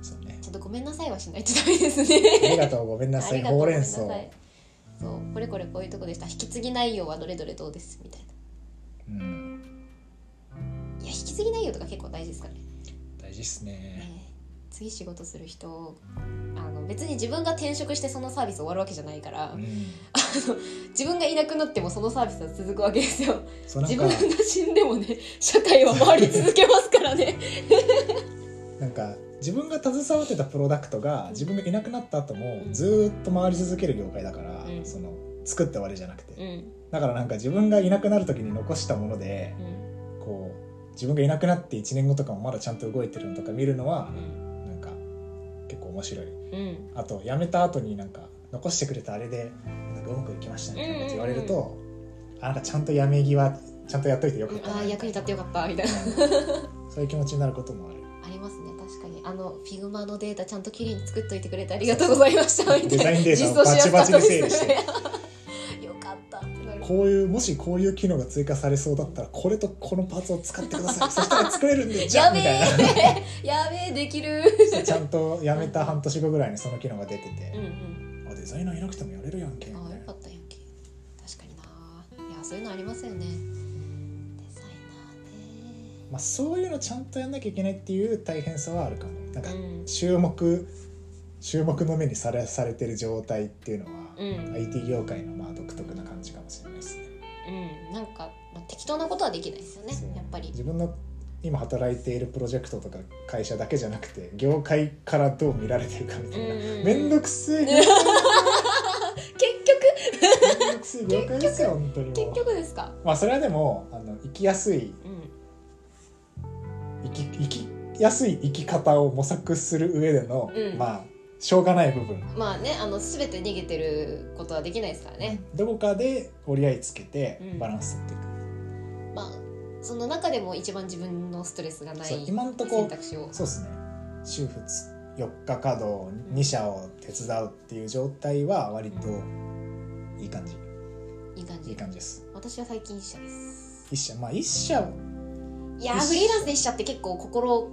S2: そうね
S1: ちゃんとごめんなさいはしないとダメです
S2: あり
S1: ね
S2: がとうごめんなさいほうれん
S1: あ
S2: 草
S1: りがとうごめなさいそうこれこれこういうとこでした引き継ぎ内容はどれどれどうですみたいな
S2: うん、
S1: いや引き継ぎ内容とか結構大事ですからね
S2: 大事っすね
S1: ね次仕事する人あの別に自分が転職してそのサービス終わるわけじゃないから、
S2: うん、
S1: 自分がいなくなってもそのサービスは続くわけです よ
S2: そうな
S1: 自
S2: ん
S1: 分
S2: か
S1: が死んでもね社会は回り続けますからね
S2: なんか自分が携わってたプロダクトが自分がいなくなった後も
S1: うん
S2: ずーっと回り続ける業界だから、
S1: うん
S2: その作って終わりじゃなく
S1: う
S2: て
S1: ん
S2: だからなんか自分がいなくなる時に残したもので
S1: うん
S2: こう自分がいなくなって1年後とかもまだちゃんと動いてるのとか見るのは
S1: うん
S2: なんか結構面白い
S1: うん
S2: あと辞めた後になんか残してくれたあれでなんかうまくいきましたねみたいなこと言われると、あなんかちゃんと辞め際ちゃんとやっといてよかった
S1: あ
S2: な
S1: あ
S2: み
S1: 役
S2: た
S1: に
S2: い
S1: 立
S2: な
S1: ってよかったみたいな
S2: うんそういう気持ちになることもある
S1: ありますね確かにあのフィグマのデータちゃんときれいに作っといてくれてありがとうございましたみたいな
S2: デザインデータをバチバチに整理して
S1: てよかったってなる
S2: こういうもしこういう機能が追加されそうだったらこれとこのパーツを使ってくだ さいそしたら作れるんでじゃ
S1: や
S2: あ
S1: べ
S2: みたいな
S1: えやべえできる
S2: ちゃんとやめた半年後ぐらいにその機能が出て
S1: うんう
S2: て、
S1: ん
S2: あデザイナーいなくてもやれるやんけみ
S1: ああ
S2: たい
S1: よ
S2: な
S1: かったやんけ確かにないやそういうのありますよねデザイ
S2: まあ、そういうのちゃんとやんなきゃいけないっていう大変さはあるかもなんか
S1: ナーね
S2: 注目注目の目にさらされてる状態っていうのは、
S1: うんうん
S2: IT 業界のまあ独特な感じかもしれないですね
S1: ううん、なんか、まあ、適当なことはできないですよね
S2: そう
S1: やっぱり
S2: 自分の今働いているプロジェクトとか会社だけじゃなくて業界からどう見られてるかみたいな
S1: うんうんうん
S2: 面倒 くせえ
S1: ね結局
S2: 面倒くせえ業界ですよ本当にも
S1: 結
S2: う
S1: 局ですか
S2: まあそれはでもあの生きやすい
S1: うん
S2: 生き生きやすい生き方を模索する上での、
S1: うん
S2: まあしょうがない部分
S1: まあねあの全て逃げてることはできないですからね、
S2: どこかで折り合いつけて
S1: うん
S2: バランス取っていく、
S1: まあその中でも一番自分のストレスがない
S2: そう
S1: 選
S2: 今のとこ
S1: 択肢を
S2: そうですね週2 4日稼働2社を手伝うっていう状態は割といい感じ、
S1: いい感
S2: い
S1: じ
S2: い感じです
S1: 私は最近一社です
S2: 一社まあ一社
S1: いやー
S2: 一社
S1: フリーランスで一社って結構心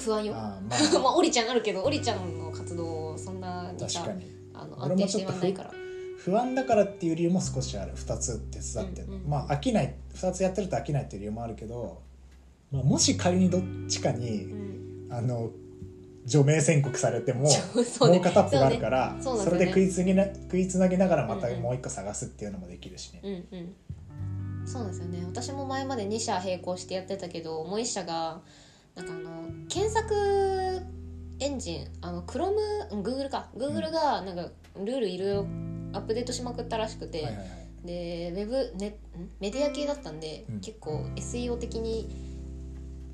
S1: 不安よま
S2: あーま あ
S1: あオリちゃんあるけどオリちゃんの活動そんなに
S2: 確
S1: さ
S2: かに
S1: あの安
S2: 俺も
S1: 定
S2: ち
S1: し
S2: ょ
S1: て
S2: っと
S1: はないから
S2: 不安だからっていう理由も少しある2つ手伝って、
S1: うんうん
S2: まあ飽きない2つやってると飽きないっていう理由もあるけど、まあ、もし仮にどっちか
S1: う
S2: に
S1: ん
S2: あの除名宣告されて も
S1: そうそう
S2: もう
S1: ね
S2: 片っぽがあるから
S1: そ
S2: そう
S1: ねそうなんですよね
S2: れで食いつぎな食いつなぎながらまた
S1: うんうん
S2: もう一個探すっていうのもできるしね、
S1: うんうんそうなんですよね私も前まで2社並行してやってたけどもう1社がなんかあの検索エンジンあの Chrome うん Google か Google がなんかルールいろいろアップデートしまくったらしくて、
S2: はいはいはい
S1: でウェブネんメディア系だったんで、
S2: うん
S1: 結構 SEO 的に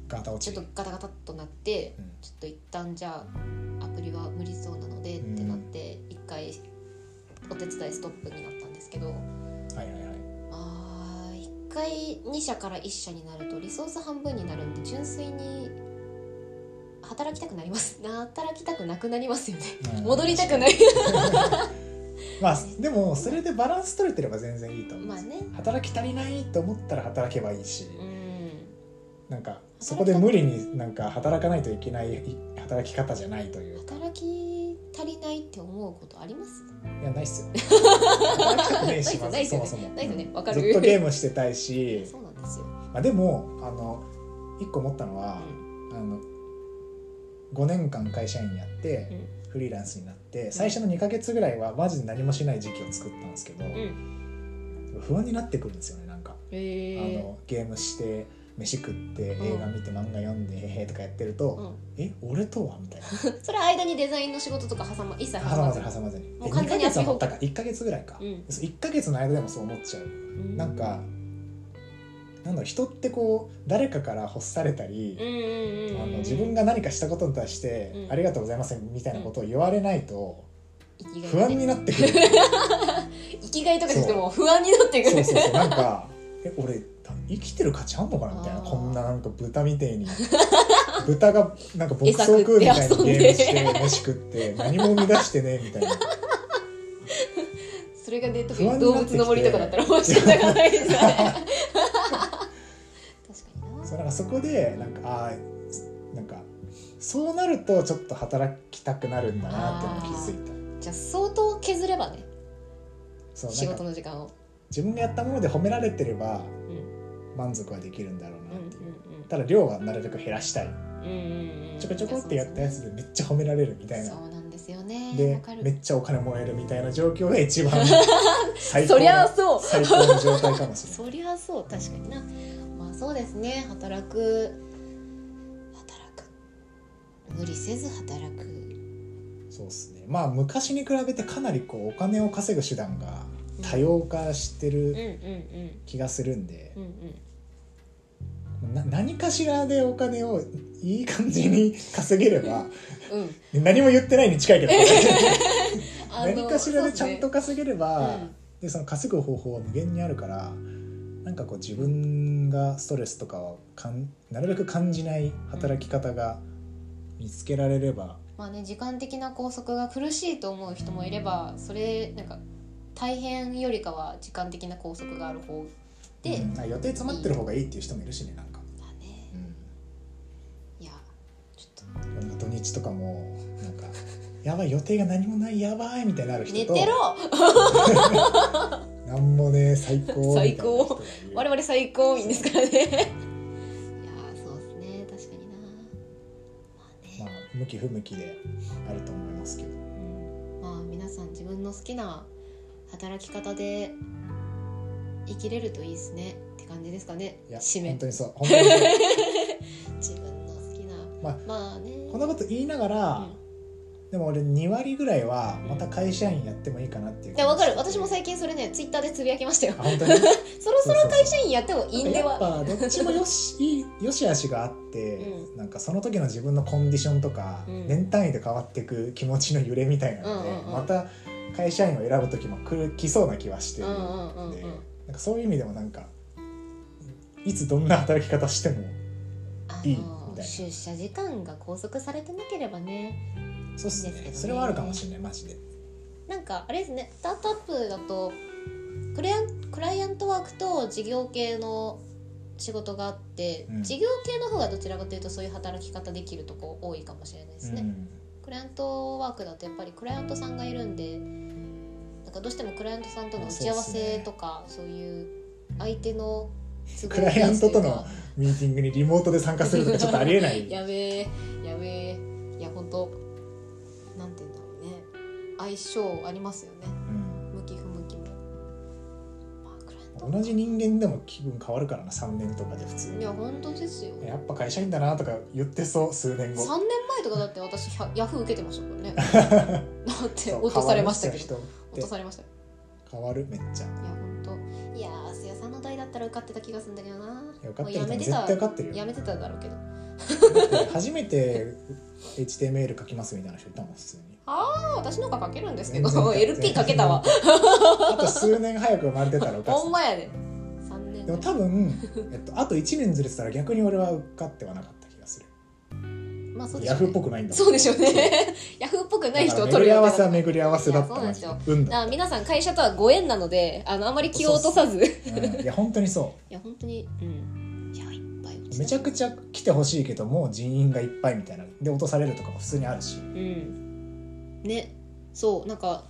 S2: ガタ
S1: ち
S2: 落
S1: ょっ
S2: ち
S1: とガタガタっとなって
S2: うん
S1: ちょっと一旦じゃあアプリは無理そうなのでってなって一回お手伝いストップになったんですけど、
S2: はいはいはい
S1: あー一回2社から1社になるとリソース半分になるんで純粋に働きたくなります な働きたくなくなりますよね
S2: うん
S1: 戻りたくない
S2: まあでもそれでバランス取れてれば全然いいと思 う、
S1: まあね
S2: 働き足りないと思ったら働けばいいし、
S1: うん
S2: なんかそこで無理になんか働かないといけないい働き方じゃないという
S1: 働き足りないって思うことあります
S2: いやないっすよ働きたくねえし ま
S1: ない
S2: ず
S1: っす
S2: そ
S1: よ
S2: も
S1: ね
S2: そも
S1: ないっすよね
S2: うん
S1: わかる
S2: ずっとゲームしてたいし、
S1: そうなんですよ、
S2: まあ、でもあの一個思ったの
S1: う
S2: は、
S1: ん
S2: あの5年間会社員やって
S1: う、
S2: フリーランスになって最初の2ヶ月ぐらいはマジで何もしない時期を作ったんですけど、
S1: うん、
S2: 不安になってくるんですよねなんか、
S1: え
S2: あのゲームして飯食って
S1: うん
S2: 映画見て漫画読んでへへとかやってると、え俺とはみたいな
S1: それ間にデザインの仕事とか挟ま一切挟
S2: 挟ま
S1: ま
S2: ず
S1: ず
S2: 挟まずに
S1: もう
S2: 2
S1: 完
S2: ヶ
S1: 全に遊び
S2: 月は持
S1: 放
S2: っ
S1: 題
S2: たか1ヶ月ぐらいか、
S1: うん
S2: そう1ヶ月の間でもそう思っちゃうなんかなんだろう人ってこう誰かから欲された
S1: うん
S2: り、
S1: うんうんうん
S2: あの自分が何かしたことに対して、
S1: うん
S2: ありがとうございますみたいなことを言われないと
S1: 生きがい
S2: 不安
S1: ね
S2: になってくる、
S1: 生きがいとかしても不安になってくる
S2: そうそうそうな んかえ俺生きてる価値あんのかなみたいな
S1: あー
S2: こんななんか豚みてえに豚がなんか牧草食うみたいにゲームして飯食って何も生み出してねえみたいな
S1: それがね特
S2: 不安
S1: に
S2: にな
S1: 動
S2: って
S1: 物
S2: きて
S1: の森とかだったら面白いがない ですよね確かに
S2: そうなんかそこでなんかあーなんかそうなるとちょっと働きたくなるんだなっていうのを気づい
S1: なじゃあ相当削ればね
S2: たそう
S1: 仕
S2: なん
S1: 事
S2: か
S1: の時間を
S2: 自分がやったもので褒められてれば
S1: うんうん
S2: 満足はできるんだろう
S1: う
S2: なっていう、
S1: ん
S2: ただ量はなるべく減らしたい
S1: うんうん
S2: ちょこちょこってやったやつでめっちゃ褒められるみたい
S1: そ
S2: な
S1: うなんですよねわ
S2: で
S1: か
S2: め
S1: る
S2: っちゃお金もらえるみたいな状況 が一番最
S1: そ
S2: 高
S1: りゃ
S2: な
S1: そう
S2: 最高の状態かもしれない
S1: そりゃそう確かになまあそうですね働く働く無理せず働く
S2: そうですねまあ昔に比べてかなりこうお金を稼ぐ手段が多様化して
S1: うんうん
S2: る気がするんで、
S1: うんうんうん
S2: な何かしらでお金をいい感じに稼げれば
S1: うん
S2: 何も言ってないに近いけど
S1: あの
S2: 何かしらでちゃんと稼げれ
S1: そう
S2: ば
S1: ですね
S2: でその稼ぐ方法は無限にあるからなんかこう自分がストレスとかをかんなるべく感じない働き方が見つけられれば
S1: まあね、時間的な拘束が苦しいと思う人もいればそれなんか大変よりかは時間的な拘束がある方で、
S2: う
S1: だね
S2: んなんか予定詰まってる方がいいっていう人もいるしねなんか、
S1: いやちょ
S2: う
S1: っ
S2: ん、土日とかもなんかやばい予定が何もないやばいみたいになる
S1: と
S2: 人
S1: 寝
S2: と
S1: てろ
S2: なんもね最高みたいな
S1: 最
S2: 人がいる
S1: 高我々最高民ですからね いやそうですね確かになまあね
S2: まあ、向き不向きであると思いますけど、
S1: うんまあ皆さん自分の好きな働き方で生きれるといいですねって感じですかね
S2: いや
S1: 締め
S2: 本当 にそう本当にそう
S1: 自分の好きな
S2: まあ
S1: まあね
S2: こんなこと言いながら、でも俺2割ぐらいはまた会社員やってもいいかなっていう
S1: いやわかる私も最近それねツイッターでつぶやきましたよ
S2: あ本当に
S1: そろそろ会社員やってもいいんで
S2: やっ
S1: は
S2: ぱどっちもよしいい よし悪しがあって、
S1: う
S2: なんかその時の自分のコンディションとか、
S1: うん
S2: 年単位で変わっていく気持ちの揺れみたいなので、
S1: うんうんうん
S2: また会社員を選ぶ時も来る来そうな気はして
S1: う
S2: る
S1: ん
S2: ん
S1: う
S2: で、
S1: んうんうん
S2: なんかそういう意味でもなんかいつどんな働き方しても
S1: あ
S2: いいみ
S1: の
S2: たいな
S1: 出社時間が拘束されてなければね
S2: そうっすね
S1: ですけどね
S2: それはあるかもしれないマジで
S1: なんかあれですねスタートアップだとクライアンクライアントワークと事業系の仕事があって、
S2: うん
S1: 事業系の方がどちらかというとそういう働き方できるとこ多いかもしれないですね、
S2: うん
S1: クライアントワークだとやっぱりクライアントさんがいるんでなんかどうしてもクライアントさんとの打ち合わせとかそう,、いう相手の都合
S2: クライアントと
S1: いい
S2: のミーティングにリモートで参加するとかちょっとありえな い
S1: やべえやべえいや本当なんて言うんだろうね相性ありますよね
S2: うん
S1: 向き不向きも、まあ、クライアント
S2: 同じ人間でも気分変わるからな3年とかで普通
S1: いや本当ですよ
S2: やっぱ会社員だなとか言ってそう数
S1: 3
S2: 年後
S1: 年前とかだって私ひゃヤフー受けてました からねだって
S2: そう
S1: 落とされましたけど落
S2: 変わる人って
S1: とされましたよ
S2: 変わるめっちゃ
S1: いや本当いやーせやさんの代だったら受かってた気がするんだけどな
S2: 受かって
S1: もう
S2: る
S1: や
S2: と
S1: め
S2: 思う
S1: て
S2: 絶
S1: た
S2: 対受かってるよ
S1: やめてただろうけど
S2: だって初めて HTML 書きますみたいな人いたもん普通に
S1: あ私のが書けるんですけど
S2: 全然
S1: LP 書けたわ
S2: あと数年早く生まれてたら受か っ
S1: ほん
S2: て
S1: まやで3
S2: た
S1: 年
S2: でも多分、えっと、あと1年ずれてたら逆に俺は受かってはなかった気がする
S1: まあそうでし
S2: ヤ
S1: ょ
S2: フ
S1: う
S2: ーっ
S1: ね
S2: ぽくないんだもん
S1: そうでしょうね ヤフーっぽくない人を
S2: だ
S1: 取
S2: から巡
S1: る
S2: り合
S1: よ
S2: わせは巡り合わせだった
S1: いやそうなん
S2: 運だ、
S1: あ皆さん会社とはご縁なのであのあまり気を落とさずい
S2: うんいや本当にそ
S1: や本当にうんいやいっぱい落
S2: う
S1: ち
S2: めちゃくちゃ来てほしいけどもう人員がいっぱいみたいなで落とされるとかも普通にあるし
S1: うんねそうなんか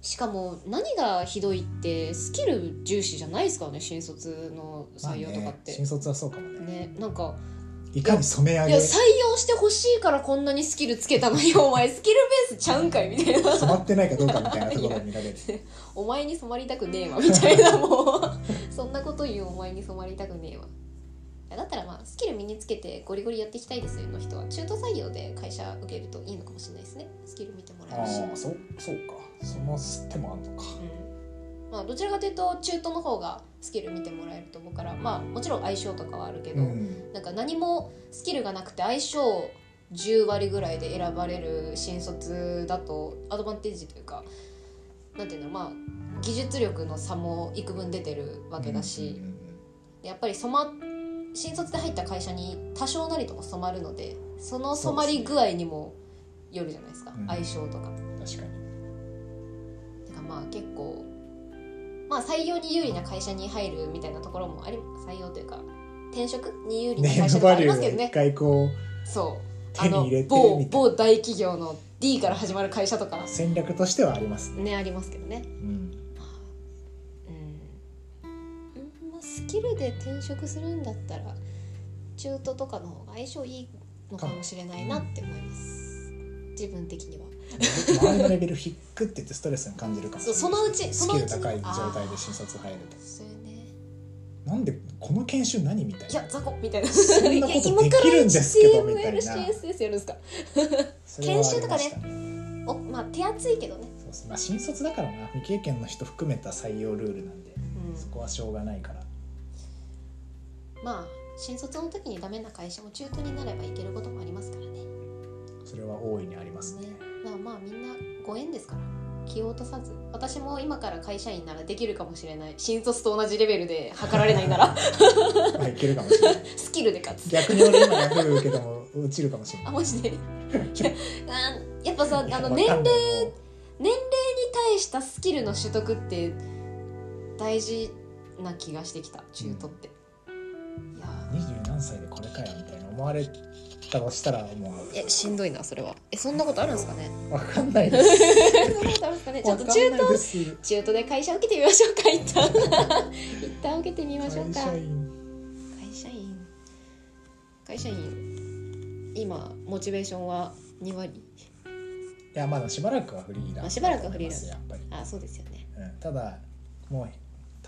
S1: しかも何がひどいってスキル重視じゃないですからね新卒の
S2: まあ
S1: 採用とかっ
S2: ね
S1: て、
S2: 新卒はそうかもね
S1: ねなんか
S2: いかに染め上
S1: いや
S2: げ
S1: 採用してほしいからこんなにスキルつけたのに お前スキルベースちゃうんかいみたいな
S2: 染まってないかどうかみたいなところを見られる
S1: お前に染まりたくねえわみたいなもう そんなこと言うお前に染まりたくねえわいやだったらまあスキル身につけてゴリゴリやっていきたいですよの人は中途採用で会社受けるといいのかもしれないですねスキル見てもらえるし、
S2: ああそうそうかその手もあるのか
S1: うんまあ、どちらかというと中東の方がスキル見てもらえると思うからまあもちろん相性とかはあるけ
S2: う
S1: ど、
S2: ん
S1: なんか何もスキルがなくて相性10割ぐらいで選ばれる新卒だとアドバンテージというかなんていうのまあ技術力の差も幾分出てるわけだし、
S2: うんうん
S1: やっぱり染ま新卒で入った会社に多少なりとも染まるのでその染まり具合にもよるじゃないですか
S2: うん
S1: 相性とか。
S2: うん確かに
S1: だからまあ結構まあ採用に有利な会社に入るみたいなところもあり採用というか転職に有利な
S2: ネ
S1: 会
S2: ー
S1: 社
S2: ム
S1: とか
S2: バ
S1: あ
S2: リ
S1: り
S2: ュ
S1: ま
S2: ー
S1: すけど
S2: を一
S1: ね
S2: 回こ
S1: そう
S2: 手に入れて
S1: あの
S2: み
S1: 某
S2: たい
S1: 某大
S2: な
S1: 企業の D から始まる会社とか
S2: う戦略としてはありますね
S1: ねありますけどね
S2: うん
S1: うん、まあ、スキルで転職するんだったら中途とかの方が相性いいのかもしれないなって思います自分的には
S2: 周りのレベル低くって言ってストレスに感じるかもし
S1: そ
S2: れ
S1: う
S2: ない
S1: そのうち
S2: ス
S1: その
S2: キ
S1: う
S2: ル
S1: ち
S2: 高い状態で
S1: し
S2: 新卒入ると
S1: それね
S2: なんでこの研修何みたい
S1: い
S2: な
S1: や雑魚みたいな
S2: そんなことできるんですけどみたいな
S1: CMLCSS やるんですか
S2: それはありまし
S1: 研修
S2: たね
S1: おまあ手厚いけどね、
S2: そうそうまあ新卒だからな未経験の人含めた採用ルールなんでそこはしょうがないから
S1: まあ新卒の時にダメな会社も中途になればいけることもありますからね
S2: それは大いにありますね
S1: ねだからまあみんなご縁ですから気を落とさず私も今から会社員ならできるかもしれない新卒と同じレベルで測られないなら
S2: まあいけるかもしれない
S1: スキルで勝つ
S2: 逆に俺今ヤフー受けても落ちるかもしれな
S1: あ
S2: い
S1: マ ジであやっぱさあの
S2: い
S1: 年齢
S2: やわかん
S1: に
S2: ない
S1: 対したスキルの取得って大事な気がしてきた中途って、いやー
S2: 二十何歳でこれかよみたいな思われたとしたらも
S1: えしんどいなそれはえそんなことあるんですかね
S2: うわかんないです
S1: そんなことあるんですかね ちょっと中
S2: わかんないで
S1: 東
S2: す
S1: 中途で会社受けてみましょうか一旦一旦受けてみましょう
S2: 会
S1: か
S2: 社員
S1: 会社員会社員今モチベーションは2割
S2: いやまだしばらくはフリーだ
S1: まあしばらくはフリーだ
S2: やっぱり、
S1: あそうですよね
S2: うん、ただもう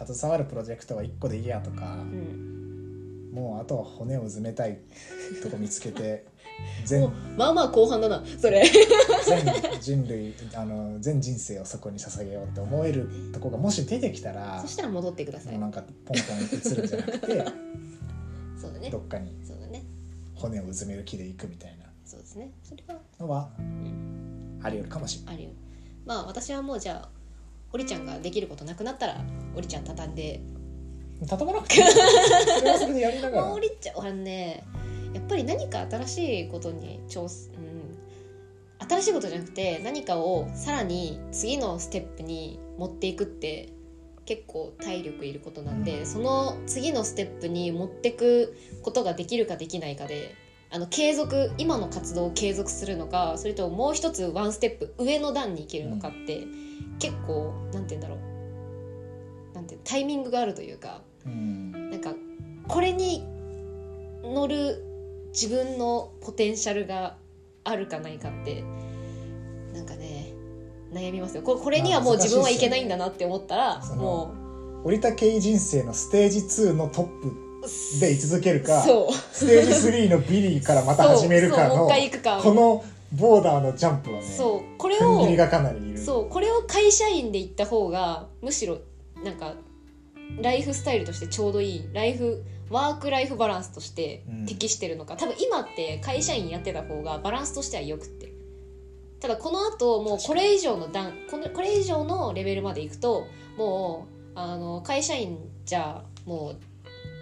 S2: 携わるプロジェクトは1個でいいやとか
S1: うん、
S2: もうあとは骨を埋めたいとこ見つけて
S1: もう
S2: 全
S1: まあまあ後半だなそれ
S2: 全人類あの全人生をそこに捧げようって思えるとこがもし出てきたら
S1: そしたら戻ってくださ
S2: も
S1: いう
S2: なんかポンポン移るんじゃなくて
S1: そうだね
S2: どっかに
S1: そうだね
S2: 骨をうずめる気でいくみたいな
S1: そうですねそれは
S2: のは
S1: ん
S2: あり得るかもしれない。
S1: あるよまあ私はもうじゃあおりちゃんができることなくなったらおりちゃん畳んで
S2: 畳まなくていいそれはそれでやりなが
S1: まあ
S2: ら
S1: おりちゃんあのねやっぱり何か新しいことに挑戦、うん、新しいことじゃなくて何かをさらに次のステップに持っていくって結構体力いることなんで、その次のステップに持ってくことができるかできないかであの継続今の活動を継続するのかそれとももう一つワンステップ上の段に行けるのかって、結構なんて言うんだろうなんていうタイミングがあるというか
S2: うん
S1: なんかこれに乗る自分のポテンシャルがあるかないかってなんかね悩みますよここれにはもう自分はいけないんだなって思ったら
S2: まあ難しいっすよね
S1: も
S2: 折田圭人生のステージ2のトップ
S1: う
S2: で居続けるか
S1: そう
S2: ステージ3のビリーからまた始めるか
S1: そうそうも
S2: の
S1: う一回行くか
S2: このボーダーのジャンプはね
S1: そうこれ
S2: 踏ん
S1: を
S2: 切りがかなりいる
S1: そうこれを会社員で行った方がむしろなんかライフスタイルとしてちょうどいいライフワークライフバランスとして
S2: うん
S1: 適してるのか、多分今って会社員やってた方がバランスとしてはよくってただこの後もうこれ以上の段このこれ以上のレベルまでいくともうあの会社員じゃもう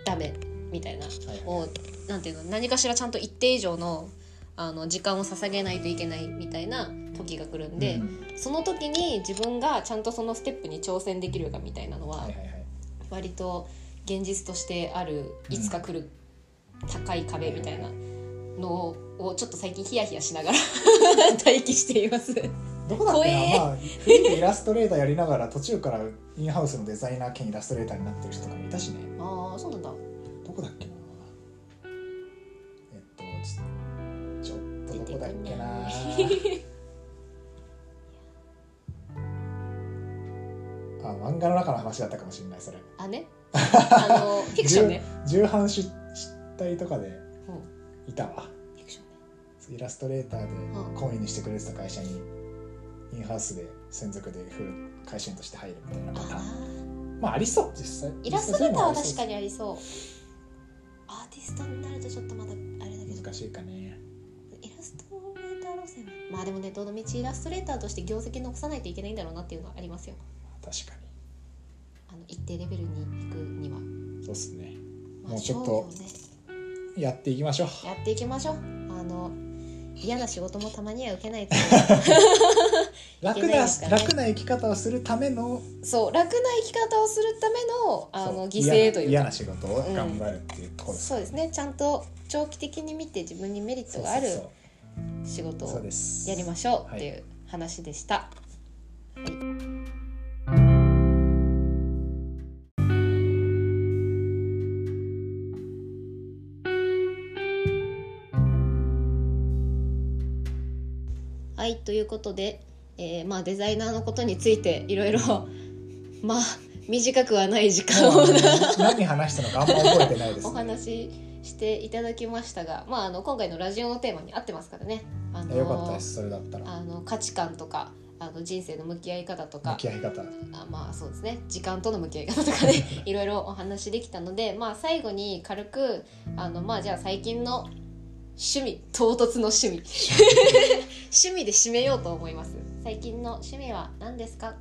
S1: ダメみたいな
S2: はいはい
S1: をなんていうの何かしらちゃんと一定以上のあの時間を捧げないといけないみたいな時が来るんで、
S2: うん
S1: その時に自分がちゃんとそのステップに挑戦できるかみたいなの
S2: は
S1: はい
S2: はいはい
S1: 割と現実としてあるいつか来る高い壁みたいなのをちょっと最近ヒヤヒヤしながら 待機しています。
S2: どこだっけ
S1: 怖え
S2: な、まあ、フリーでイラストレーターやりながら途中からインハウスのデザイナー兼イラストレーターになってる人とかもいたしね
S1: ああそうなんだ。
S2: どこだっけなえっとちょちょっとどこだっけなあ漫画の中の話だったかもしれないそれ
S1: あ ね。あのフィクションね。
S2: 重版出体とかで
S1: うん
S2: いたわ
S1: フィクションね。
S2: イラストレーター
S1: うん
S2: で懇意にしてくれてた会社にインハウスで専属でフル会社員として入るみたいなパター
S1: あ
S2: ン
S1: ー
S2: まあありそう実際
S1: イラストレーターは確か
S2: に
S1: にありそう。アーティストになるとちょっとまだあれだけど。
S2: 難しいかね
S1: イラストレーター路線まあでもねどの道イラストレーターとして業績残さないといけないんだろうなっていうのはありますよ
S2: 確かに
S1: あの一定レベルに行くには、
S2: そうっすね
S1: まあ、
S2: もうちょっと
S1: 勝負をね
S2: やっていきましょう
S1: やっていきましょうあの嫌な仕事もたまには受けないと いけ
S2: 楽
S1: ない
S2: な、
S1: ですからね
S2: 楽な生き方をするための
S1: そう楽な生き方をするためのあ
S2: そう
S1: の犠牲という
S2: 嫌な嫌
S1: か
S2: な仕事を頑張るっていうところ
S1: そうですねちゃんと長期的に見て自分にメリットがある
S2: そうそう
S1: 仕事
S2: そうそう
S1: を
S2: です
S1: やりましょうっていう話でした、はい、ということで、えーまあ、デザイナーのことについていろい ろまあ短くはない時間
S2: も
S1: を
S2: う 何話したのかあんま覚えてないです、
S1: お話ししていただきましたが、まあ、あの今回のラジオのテーマに合ってますからね。あの
S2: えよかったですそれだったら
S1: あの価値観とかあの人生の向き合い方と
S2: 向
S1: か
S2: き合い方
S1: あまあそうですね時間との向き合い方とかね いろいろお話できたので、まあ、最後に軽くあのまあじゃあ最近の趣味唐突の 趣味趣味で締めようと思います最近の趣味は何ですか、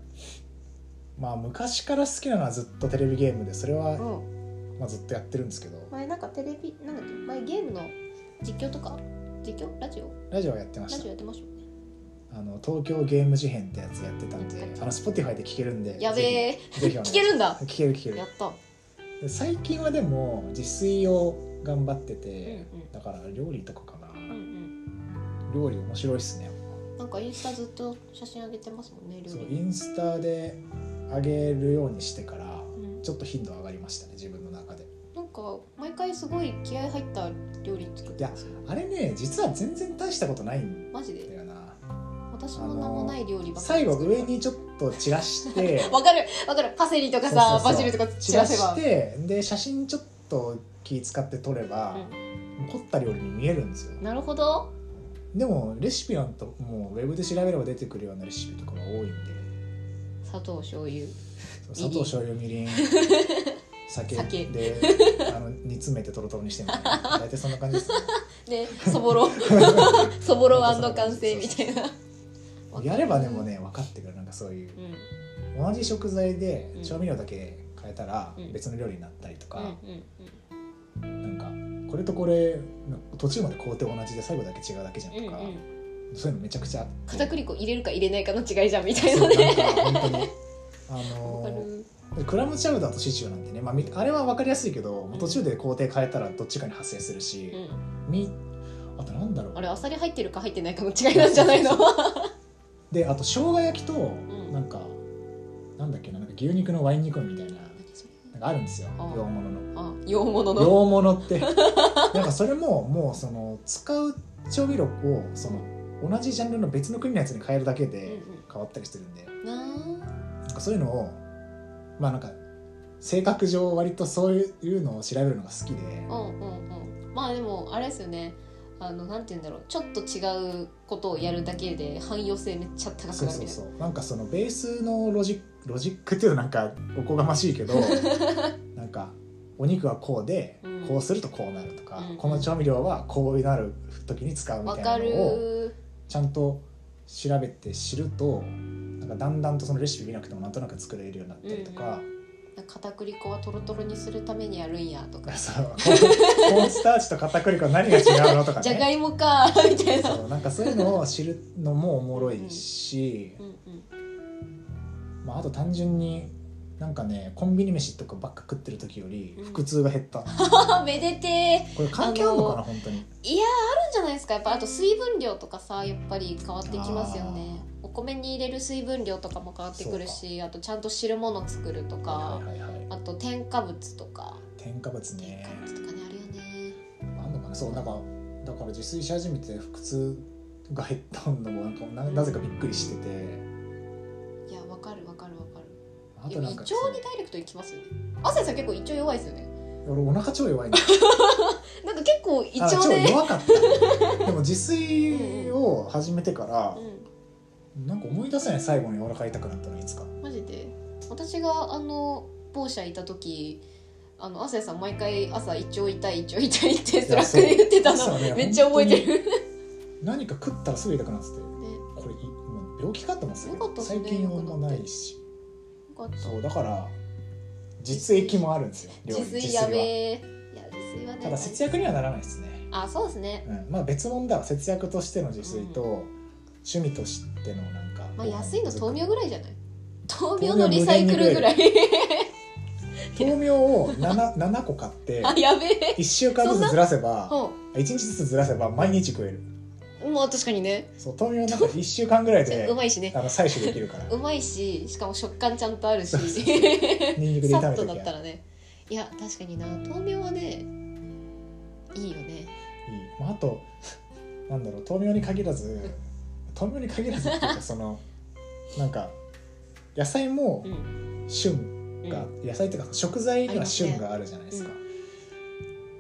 S2: まあ昔から好きなのはずっとテレビゲームでそれは、
S1: ん、
S2: まあ、ずっとやってるんですけど
S1: 前なんかテレビなんだっけ前ゲームの実況とか実況ラジオ
S2: ラジオやってま
S1: ラ
S2: し
S1: ジオ
S2: た
S1: やってましたよね
S2: あの東京ゲーム事変ってやつやってたんで
S1: 懐かしい
S2: あの Spotify で聴けるんで
S1: やべえ
S2: ぜひぜひお願い
S1: 聞けるんだ
S2: 聴ける聴ける
S1: やった、
S2: で最近はでも自炊を頑張って
S1: うんう
S2: て、
S1: ん
S2: だから料理とかかな、
S1: うん
S2: 料理面白いっすね
S1: うん、なんかインスタずっと写真上げてますもんね料
S2: そうイ
S1: 理、
S2: ンスタで上げるようにしてから
S1: うん、
S2: ちょっと頻度上がりましたね自分の中で
S1: なんか毎回すごい気合入った料理作ってますよ
S2: あれね実は全然大したことないん
S1: マジ
S2: だ
S1: で
S2: よな
S1: 私も何もない料理ばっかり
S2: 最後
S1: 作る
S2: 上にちょっと散らして
S1: わかるわかるパセリとかさ
S2: そうそうそう
S1: バジルとか散
S2: 散
S1: ら
S2: ら
S1: せば
S2: してで写真ちょっと気使って撮れば、凝った料理に見えるんですよ
S3: なるほど
S2: でもレシピなんてもうウェブで調べれば出てくるようなレシピとかが多いんで
S1: 砂糖醤油
S2: そう砂糖醤油みりん酒
S1: 酒
S2: であの煮詰めてトロトロにしてみたいな大体そんな感じです ね
S1: でそぼ ろそぼろ完成みたいな
S2: やればでもね分かってくるなんかそういう
S1: うん
S2: 同じ食材で
S1: うん
S2: 調味料だけ変えたら
S1: うん
S2: 別の料理になったりと
S1: う
S2: か
S1: ん、うん
S2: なんかこれとこれ途中まで工程同じで最後だけ違うだけじゃん
S1: うんう
S2: と
S1: ん
S2: か、
S1: うん
S2: そういうのめちゃくちゃあって
S1: 片栗粉入れるか入れないかの違いじゃんみたい
S2: そ
S1: な
S2: うなん
S1: ね
S2: か本当にあ
S1: わか
S2: の
S1: る
S2: ークラムチャウダーとシチューなんてね、まあ、みあれは分かりやすいけど途中で工程変えたらどっちかに発生するし、
S1: うん
S2: みあとなんだろう
S1: あれあさり入ってるか入ってないかの違いなんじゃないの
S2: であと生姜焼きと
S1: ん
S2: なんか、なんだっけななんか牛肉のワイン煮込みみたいななんかあるんですよ
S1: ああ
S2: 洋物 の
S1: あ洋物の
S2: 洋物って なんかそれももうその使う調味料をその同じジャンルの別の国のやつに変えるだけ
S1: うんう
S2: で
S1: ん
S2: 変わったりしてるんで、
S1: なあ
S2: なんかそういうのをまあなんか性格上割とそういうのを調べるのが好き
S1: う
S2: で、
S1: んうんうんまあでもあれですよねあのなんて言うんだろうちょっと違うことをやるだけで汎用性めっちゃ高くなる
S2: そう
S1: みたい
S2: そう
S1: な
S2: そうなんかそのベースのロジックロジックっていうのはなんかおこがましい けどなんかお肉はこうで、
S1: うん
S2: こうするとこうなるとか、
S1: うん
S2: この調味料はこうなる時に使うみ
S1: わ
S2: た
S1: か
S2: いなのを
S1: る
S2: ちゃんと調べて知るとなんかだんだんとそのレシピ見なくてもなんとなく作れるようになったりとか、
S1: 片栗粉はトロトロにするためにやるんやとか
S2: そうコーンスターチと片栗粉何が違うのと か
S1: じゃが
S2: ね
S1: いもかみたいな
S2: そうなんかそういうのを知るのもおもろいし。
S1: うんうん
S2: まあ、あと単純になんかねコンビニ飯とかばっか食ってる時より
S1: うん
S2: 腹痛が減った、
S1: あめでてー
S2: これ関係あるのか
S1: あ
S2: な本当に
S1: いやーあるんじゃないですかやっぱあと水分量とかさやっぱり変わってきますよねお米に入れる水分量とかも変わってくるしあとちゃんと汁物作るとか
S2: はいはいはいはい
S1: あと添加物とか
S2: 添加物
S1: 添
S2: ね
S1: 加物とかねあるよね
S2: あんのかなそうなんかだから自炊し始めて腹痛が減ったのもなんかななぜかびっくりしてて
S1: いやわかるわかるわかる
S2: あ
S1: で
S2: と
S1: も胃
S2: なん
S1: 腸
S2: か
S1: にダイレクトいきますよね朝さん結構胃腸弱いですよね
S2: 俺お腹超弱いんだ
S1: なんか結構 胃
S2: あ
S1: 腸
S2: 超
S1: で
S2: 弱かったでも自炊を始めてから、なんか思い出せない最後にお腹痛くなったのいつか
S1: うんマジで私があの某社いた時あの亜生さん毎回朝胃腸痛い胃腸痛いってスラックで言ってた
S2: いやそう
S1: の
S2: そうね
S1: めっちゃ覚えてる
S2: 何か食ったらすぐ痛くなってて
S1: ね
S2: これいもう病気かと思ってたけ
S1: よかった
S2: ど
S1: ですね
S2: 最近はもうないし
S1: よかった
S2: そうだから実益もあるんですよ料理
S1: 自炊やべ
S2: は
S1: えいや自炊はね
S2: ただ節約にはならないですね、
S1: あそうですね
S2: うん、まあ別物だわ節約としての自炊と、趣味としてのなんか
S1: まあ安いの豆苗ぐらいじゃない豆苗
S2: 豆苗
S1: のリサイクルぐらい
S2: 豆苗 を 7, 7個買って
S1: あやべえ
S2: 1週間ずつずらせば
S1: う
S2: 1日ずつずらせば毎日食える
S1: んまあ確かにね
S2: そう豆苗なんか1週間ぐら いで
S1: うまいしね
S2: あの採取できるか ら
S1: うまいししかも食感ちゃんとあるし
S2: そ うそうそニンニクで
S1: さ
S2: 炒
S1: っ
S2: め
S1: と
S2: と
S1: だ
S2: き
S1: っ
S2: ゃ
S1: たらねいや確かにな豆苗はねいいよね
S2: いい、まあ、あとなんだろう豆苗に限らず豆苗に限らずっていうかそのなんか野菜も
S1: うん
S2: 旬
S1: うん
S2: が、野菜っていうか食材には旬があるじゃないですか、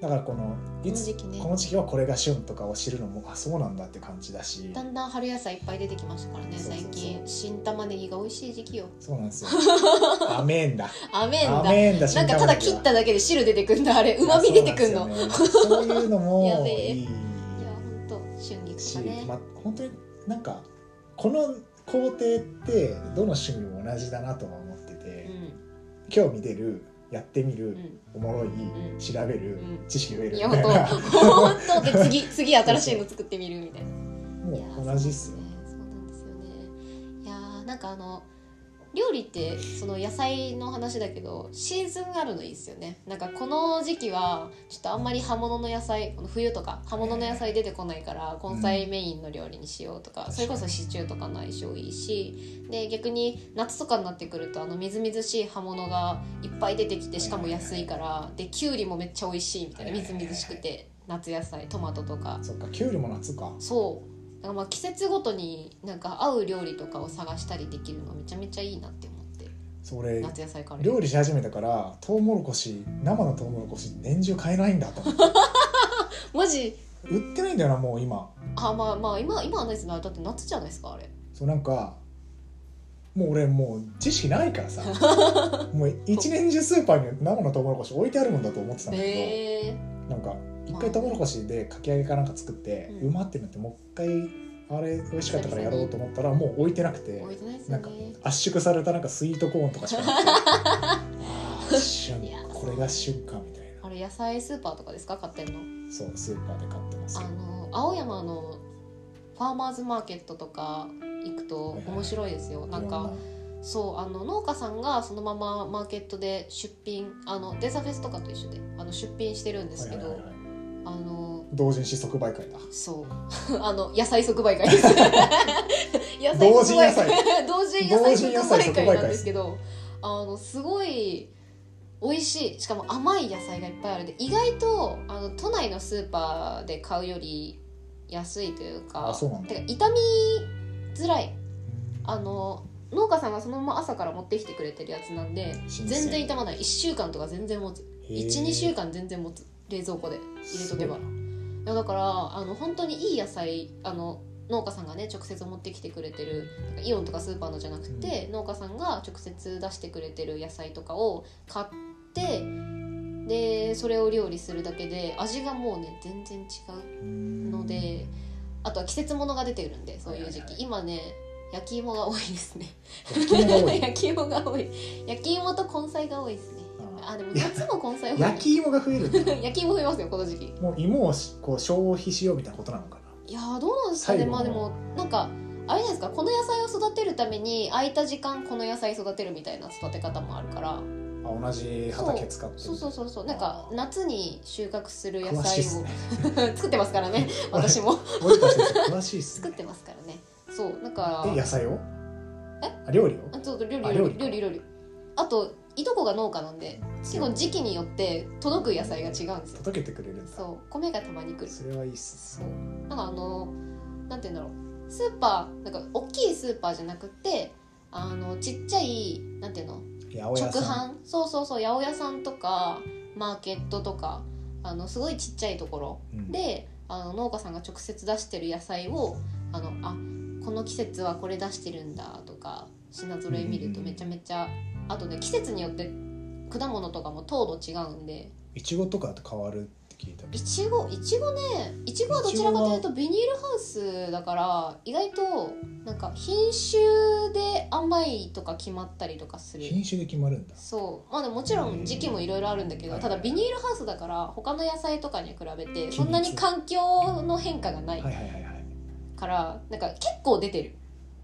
S2: だからこの
S1: こ
S2: い
S1: の
S2: つ
S1: 時期ね
S2: この時期はこれが旬とかを知るのもあそうなんだって感じだし
S1: だんだん春野菜いっぱい出てきましたからね
S2: そうそうそう
S1: 最近新玉ねぎが美味しい時期よ
S2: そうなん ですよアメーンだ
S1: アメン
S2: ア
S1: だ
S2: メーンだ
S1: なんかただ切っただけで汁出てくんだあれうまみ出てくんの
S2: そうなんですよねそういう の
S1: や
S2: も
S1: べえ
S2: いい
S1: いや本当春菊
S2: し、
S1: とかね、
S2: まあ、本当になんかこの工程ってどの趣味も同じだなとは思ってて、
S1: う
S2: 興味出るやってみる、
S1: んうん
S2: おもろい、
S1: ん
S2: 調べる、
S1: うん
S2: 知識増える
S1: い
S2: み
S1: や
S2: た
S1: 本
S2: い
S1: 当
S2: な
S1: 本当で次次新しいの作ってみるみたいな
S2: も
S1: いや
S2: う同じっすよ
S1: そうなんですよねそうなんですよねいやーなんかあの料理ってその野菜の話だけどシーズンあるのいいですよねなんかこの時期はちょっとあんまり葉物の野菜この冬とか葉物の野菜出てこないから根菜メインの料理にしようとか、それこそシチューとかの相性いいしで逆に夏とかになってくるとあのみずみずしい葉物がいっぱい出てきてしかも安いからできゅうりもめっちゃ美味しいみたいなみずみずしくて夏野菜トマトとか
S2: そっかきゅうりも夏か
S1: そうなんかまあ季節ごとになんか合う料理とかを探したりできるのめちゃめちゃいいなって思って
S2: それ
S1: 夏野菜カレー
S2: 料理し始めたからトウモロコシ生のトウモロコシ年中買えないんだ と思って
S1: マジ
S2: 売ってないんだよなもう今
S1: あまあまあ今今はないですねだって夏じゃないですかあれ
S2: そうなんかもう俺もう知識ないか らさもう一年中スーパーに生のトウモロコシ置いてあるもんだと思ってたんだけ
S1: へえ
S2: どなんか一回トウモロコシでかき揚げかなんか作って、
S1: うん
S2: うまってなってもう一回あれ美味しかったからやろうと思ったらもう置いてなくて
S1: 置いてないです
S2: な
S1: よ
S2: んか
S1: ね
S2: 圧縮されたなんかスイートコーンとかしかなくてあ ー旬
S1: いや
S2: これが旬かみたいな
S1: あれ野菜スーパーとかですか買ってんの
S2: そうスーパーで買ってますけ
S1: あ
S2: ど
S1: の青山のファーマーズマーケットとか行くと面白いですよなん
S2: いろ
S1: かそうあの農家さんがそのままマーケットで出品あのデザフェスとかと一緒であの出品してるんですけ
S2: はい
S1: ど
S2: はいはいはい
S1: あの
S2: 同人誌即売会だ
S1: そう あの野菜即売会です 野
S2: 同人野菜
S1: 同人野菜
S2: 同
S1: 即
S2: 人野菜
S1: 売
S2: 即売
S1: 会
S2: 会
S1: なんですけどあのすごい美味しいしかも甘い野菜がいっぱいあるんで意外とあの都内のスーパーで買うより安いというか
S2: あそうなんだ
S1: てか傷みづらいあの農家さんがそのまま朝から持ってきてくれてるやつなんで
S2: 新鮮
S1: 全然傷まない1週間とか全然持つ
S2: へー
S1: 12週間全然持つ冷蔵庫で入れとけば
S2: す
S1: い
S2: ごい
S1: やだからあの本当にいい野菜あの農家さんがね直接持ってきてくれてるなんかイオンとかスーパーのじゃなくて、農家さんが直接出してくれてる野菜とかを買ってでそれを料理するだけで味がもうね全然違うのであとは季節ものが出てるんでそういう時期、
S2: はいはいは
S1: 今ね焼き芋が多いですね
S2: 焼き芋が多い
S1: 焼き芋が多い焼き芋と根菜が多いですね
S2: あー
S1: あでも夏も根菜多い
S2: 焼き芋が増えるんだ
S1: 焼き芋増えますよこの時期
S2: もう芋をしこう消費しようみたいなことなのかない
S1: やーどうなんですかね
S2: 最後
S1: まあ
S2: の
S1: でもなんかあれじゃないですかこの野菜を育てるために空いた時間この野菜育てるみたいな育て方もあるから
S2: あ同じ畑使ってる
S1: そうそうそうそうなんか
S2: あー
S1: 夏に収穫する野
S2: 詳しい
S1: 菜を
S2: っすね
S1: 作ってますからね私も
S2: 森田先生詳しいっす
S1: 作っ
S2: ね
S1: てますからねそうだか
S2: え
S1: ら
S2: 野菜を
S1: え
S2: あ料理を
S1: あちょっと料
S2: あ
S1: 理
S2: 料
S1: 料
S2: 理
S1: 理料理料理あといとこが農家なんで結構時期によって届く野菜が違うんですよ
S2: 届けてくれるんだ
S1: そう米がたまに来る
S2: それはいいっす
S1: そうなんかあのなんて言うんだろうスーパーなんか大きいスーパーじゃなくてあのちっちゃいなんていうの
S2: ね八百
S1: 直
S2: 屋さん
S1: 販そうそうそう八百屋さんとかマーケットとかあのすごいちっちゃいところ
S2: うん
S1: であの農家さんが直接出してる野菜をあのあこの季節はこれ出してるんだとか品揃え見るとめちゃめちゃあとね季節によって果物とかも糖度違うんで
S2: いちごとかと変わるって聞いたけ
S1: い
S2: ど
S1: ちごいちごねいちごはどちらかというとビニールハウスだから意外となんか品種で甘いとか決まったりとかする
S2: 品種で決まるんだ
S1: そうまあでももちろん時期もいろいろあるんだけど
S2: はい
S1: ただビニールハウスだから他の野菜とかに比べてそんなに環境の変化がな
S2: はい
S1: い
S2: はいはいはい
S1: からなんか結構出てる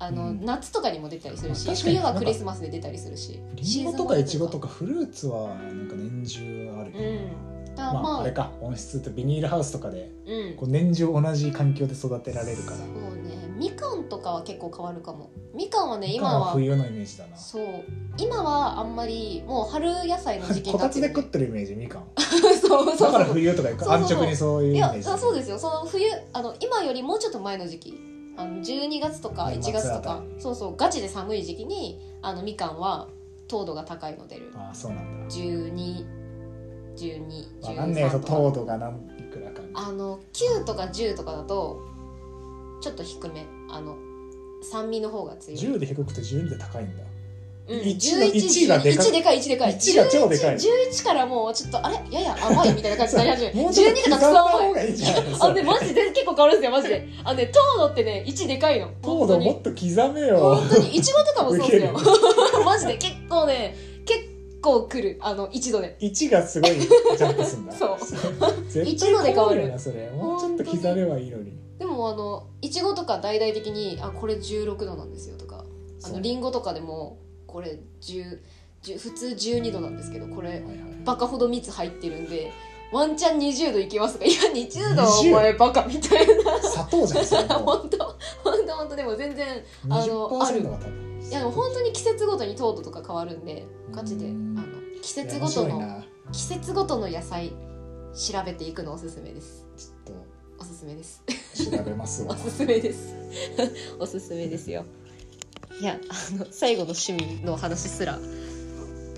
S1: あの、
S2: うん
S1: 夏とかにも出たりするし
S2: まあ確かに
S1: 冬はクリスマスで出たりするし
S2: りんごとかいちごと
S1: か
S2: かフルーツはなんか年中ある
S1: う
S2: よ、
S1: んだから
S2: まあ、
S1: まあ、
S2: あれか温室ってビニールハウスとかで
S1: うん
S2: こう年中同じ環境で育てられるから
S1: そうねみかんとかは結構変わるかもみかんはね
S2: みか
S1: 今
S2: んは
S1: は
S2: 冬のイメージだな
S1: そう今はあんまりもう春野菜の時期に
S2: こ
S1: な
S2: た
S1: ってる
S2: つで食ってるイメージみかん
S1: そう そうそ
S2: だ
S1: う
S2: から冬とか行く
S1: そうそう
S2: 安
S1: そう
S2: 直にそういうイ
S1: い
S2: メ
S1: や
S2: ージ
S1: あそうですよその冬あの今よりもうちょっと前の時期あの12月とか1
S2: 年末
S1: 月と
S2: あ
S1: か
S2: たり
S1: そうそうガチで寒い時期にあのみかんは糖度が高いの出る
S2: あそうなんだわかんねえよ
S1: 121213と
S2: 糖
S1: か
S2: 度が何いくらか
S1: あの9とか10とかだとちょっと低めあの酸味の方が強い
S2: 10で低くて12で高いんだ
S1: うん
S2: 一の
S1: 11
S2: 1がでかい
S1: 1でかい1でかい
S2: 1が超でかい
S1: 11からもうちょっとあれやや甘いみたいな感じになり始め
S2: もうちょっ
S1: 12
S2: と
S1: とか
S2: 刻ん
S1: クソ
S2: だ
S1: 甘
S2: 方
S1: い
S2: がいいんじ ゃないです
S1: あの
S2: か
S1: ねマジで結構変わるんですよマジであのね糖度ってね1でかいの
S2: 糖度もっと刻めよ
S1: 本当にいちごとかもそうですよ
S2: ウ
S1: マジで結構ね結構くるあの1度で
S2: 1がすごいジャンプすん だ
S1: そう
S2: 絶
S1: 一度で
S2: 対
S1: 変わる
S2: 変わるよなそれもうちょっと刻めばいいのに
S1: でもあのいちごとか大々的にあこれ16度なんですよとかあ
S2: そ
S1: の
S2: う
S1: りんごとかでもこれ10 10普通12度なんですけどこれ
S2: はいはい
S1: バカほど蜜入ってるんでワンチャン20度いきますとかいや20度はお
S2: 20
S1: 前バカみたいな
S2: 砂糖じゃんそれもう
S1: 本当本当本当でも全然あのある
S2: 20%が多分
S1: いやでも本当に季節ごとに糖度とか変わるんでガチであ
S2: うん
S1: の季節ごと
S2: いや面白い
S1: の
S2: な
S1: 季節ごとの野菜調べていくのおすすめです
S2: ちょっと
S1: おすすめです
S2: 調べます
S1: お
S2: わ
S1: すすめですおすすめですよいやあの最後の趣味の話すら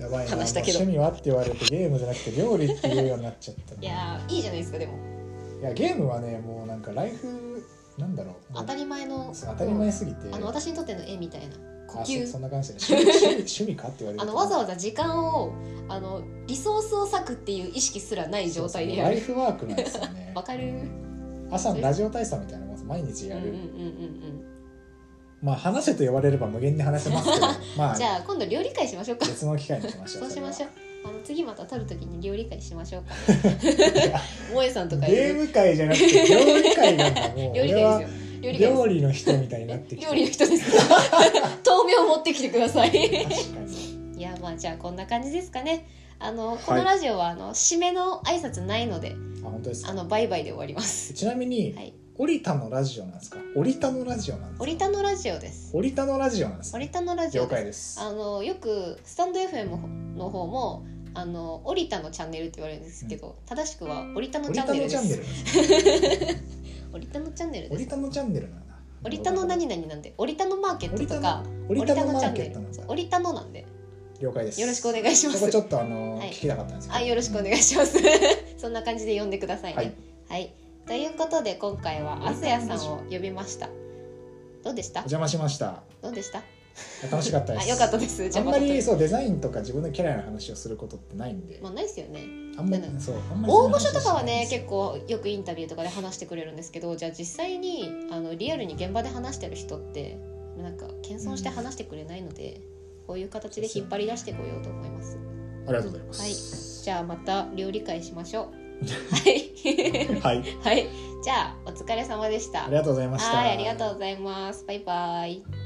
S2: やばいなもう
S1: 話したけど
S2: 趣味はって言われてゲームじゃなくて料理って言うようになっちゃった
S1: いやーいいじゃないですかでも
S2: いやゲームはねもうなんかライフなんだろうも
S1: 当
S2: う
S1: たり前の
S2: そう当たり前すぎて
S1: あの私にとっての絵みたいな呼
S2: あそ
S1: 吸
S2: そんな感じで趣味趣味趣味かって言われる
S1: あ
S2: と
S1: のわざわざ時間をあのリソースを割くっていう意識すらない状態でや
S2: ライ
S1: る
S2: フワークなんですよね
S1: わかるうん
S2: 朝のラジオ体操みたいなもん毎日
S1: うん
S2: や
S1: うんう
S2: る、
S1: んうん
S2: まあ話せと言われれば無限に話せますけどま あ
S1: じゃあ今度料理会しましょうか
S2: 別の機会にしましょう
S1: そうしましょ
S2: う
S1: うあの次また撮るときに料理会しましょうか萌えさんとかい
S2: ゲー
S1: る
S2: ム会じゃなくて料理会なんだもう
S1: 料理
S2: 俺は
S1: 会ですよ料理会です
S2: 料理の人みたいになってきて
S1: 料理の人 ですか豆苗持ってきてください
S2: 確かに
S1: いやまあじゃあこんな感じですかねあの
S2: い
S1: このラジオはあの締めの挨拶ないので
S2: あ本当です
S1: あ
S2: か
S1: のバイバイで終わります
S2: ちなみに、
S1: はい
S2: オリタのラジオなんですかオリタのラジオなんですか
S1: オリタのラジオです
S2: オリタのラジオなんです
S1: オ
S2: か
S1: リタのラジオ
S2: 了
S1: です
S2: 解です
S1: あのよくスタンド FM の方もあのオリタのチャンネルって言われるんですけど、正しくはオリタの
S2: オリ
S1: チャ
S2: タ
S1: ンネ
S2: の
S1: ルで
S2: チャンネ
S1: す
S2: ルなんですか
S1: オリタのチャンネル
S2: オ
S1: で
S2: リ
S1: す
S2: タのチャンネルなんだ
S1: オリタの何々なんでオリタのマーケッ
S2: オ
S1: ト
S2: リタ
S1: とか
S2: のオリタのマ
S1: チャ
S2: ー
S1: ン
S2: ケ
S1: ネ
S2: ットなん
S1: ル
S2: です
S1: そう
S2: か
S1: オリタのなんで
S2: 了解です
S1: よろしくお願いしま
S2: そこ
S1: す
S2: ちょっとあの、
S1: はい
S2: 聞きたかったんですけど
S1: あよろしくお願いします そんな感じで呼んでくださいね
S2: はい
S1: はい、ということで今回はあすやさんを呼びましたどうでした
S2: お邪魔しました
S1: どうでした
S2: 楽しかったで
S1: あ
S2: す
S1: よかったですじ
S2: あ
S1: ゃあ
S2: んまりそうデザインとか自分のキャラの話をすることってないんで、
S1: まあないですよね
S2: あんまり
S1: なんだ
S2: そうあんまり
S1: 大御所とかはね
S2: 構
S1: 結構よくインタビューとかで話してくれるんですけどじゃあ実際にあのリアルに現場で話してる人ってなんか謙遜して話してくれないので、こういう形で引っ張り出してこようと思います
S2: ありがとうございます
S1: じゃあまた料理会しましょ うはい
S2: はい、
S1: はいじゃあお疲れ様でした
S2: ありがとうございました
S1: はいありがとうございますバイバイ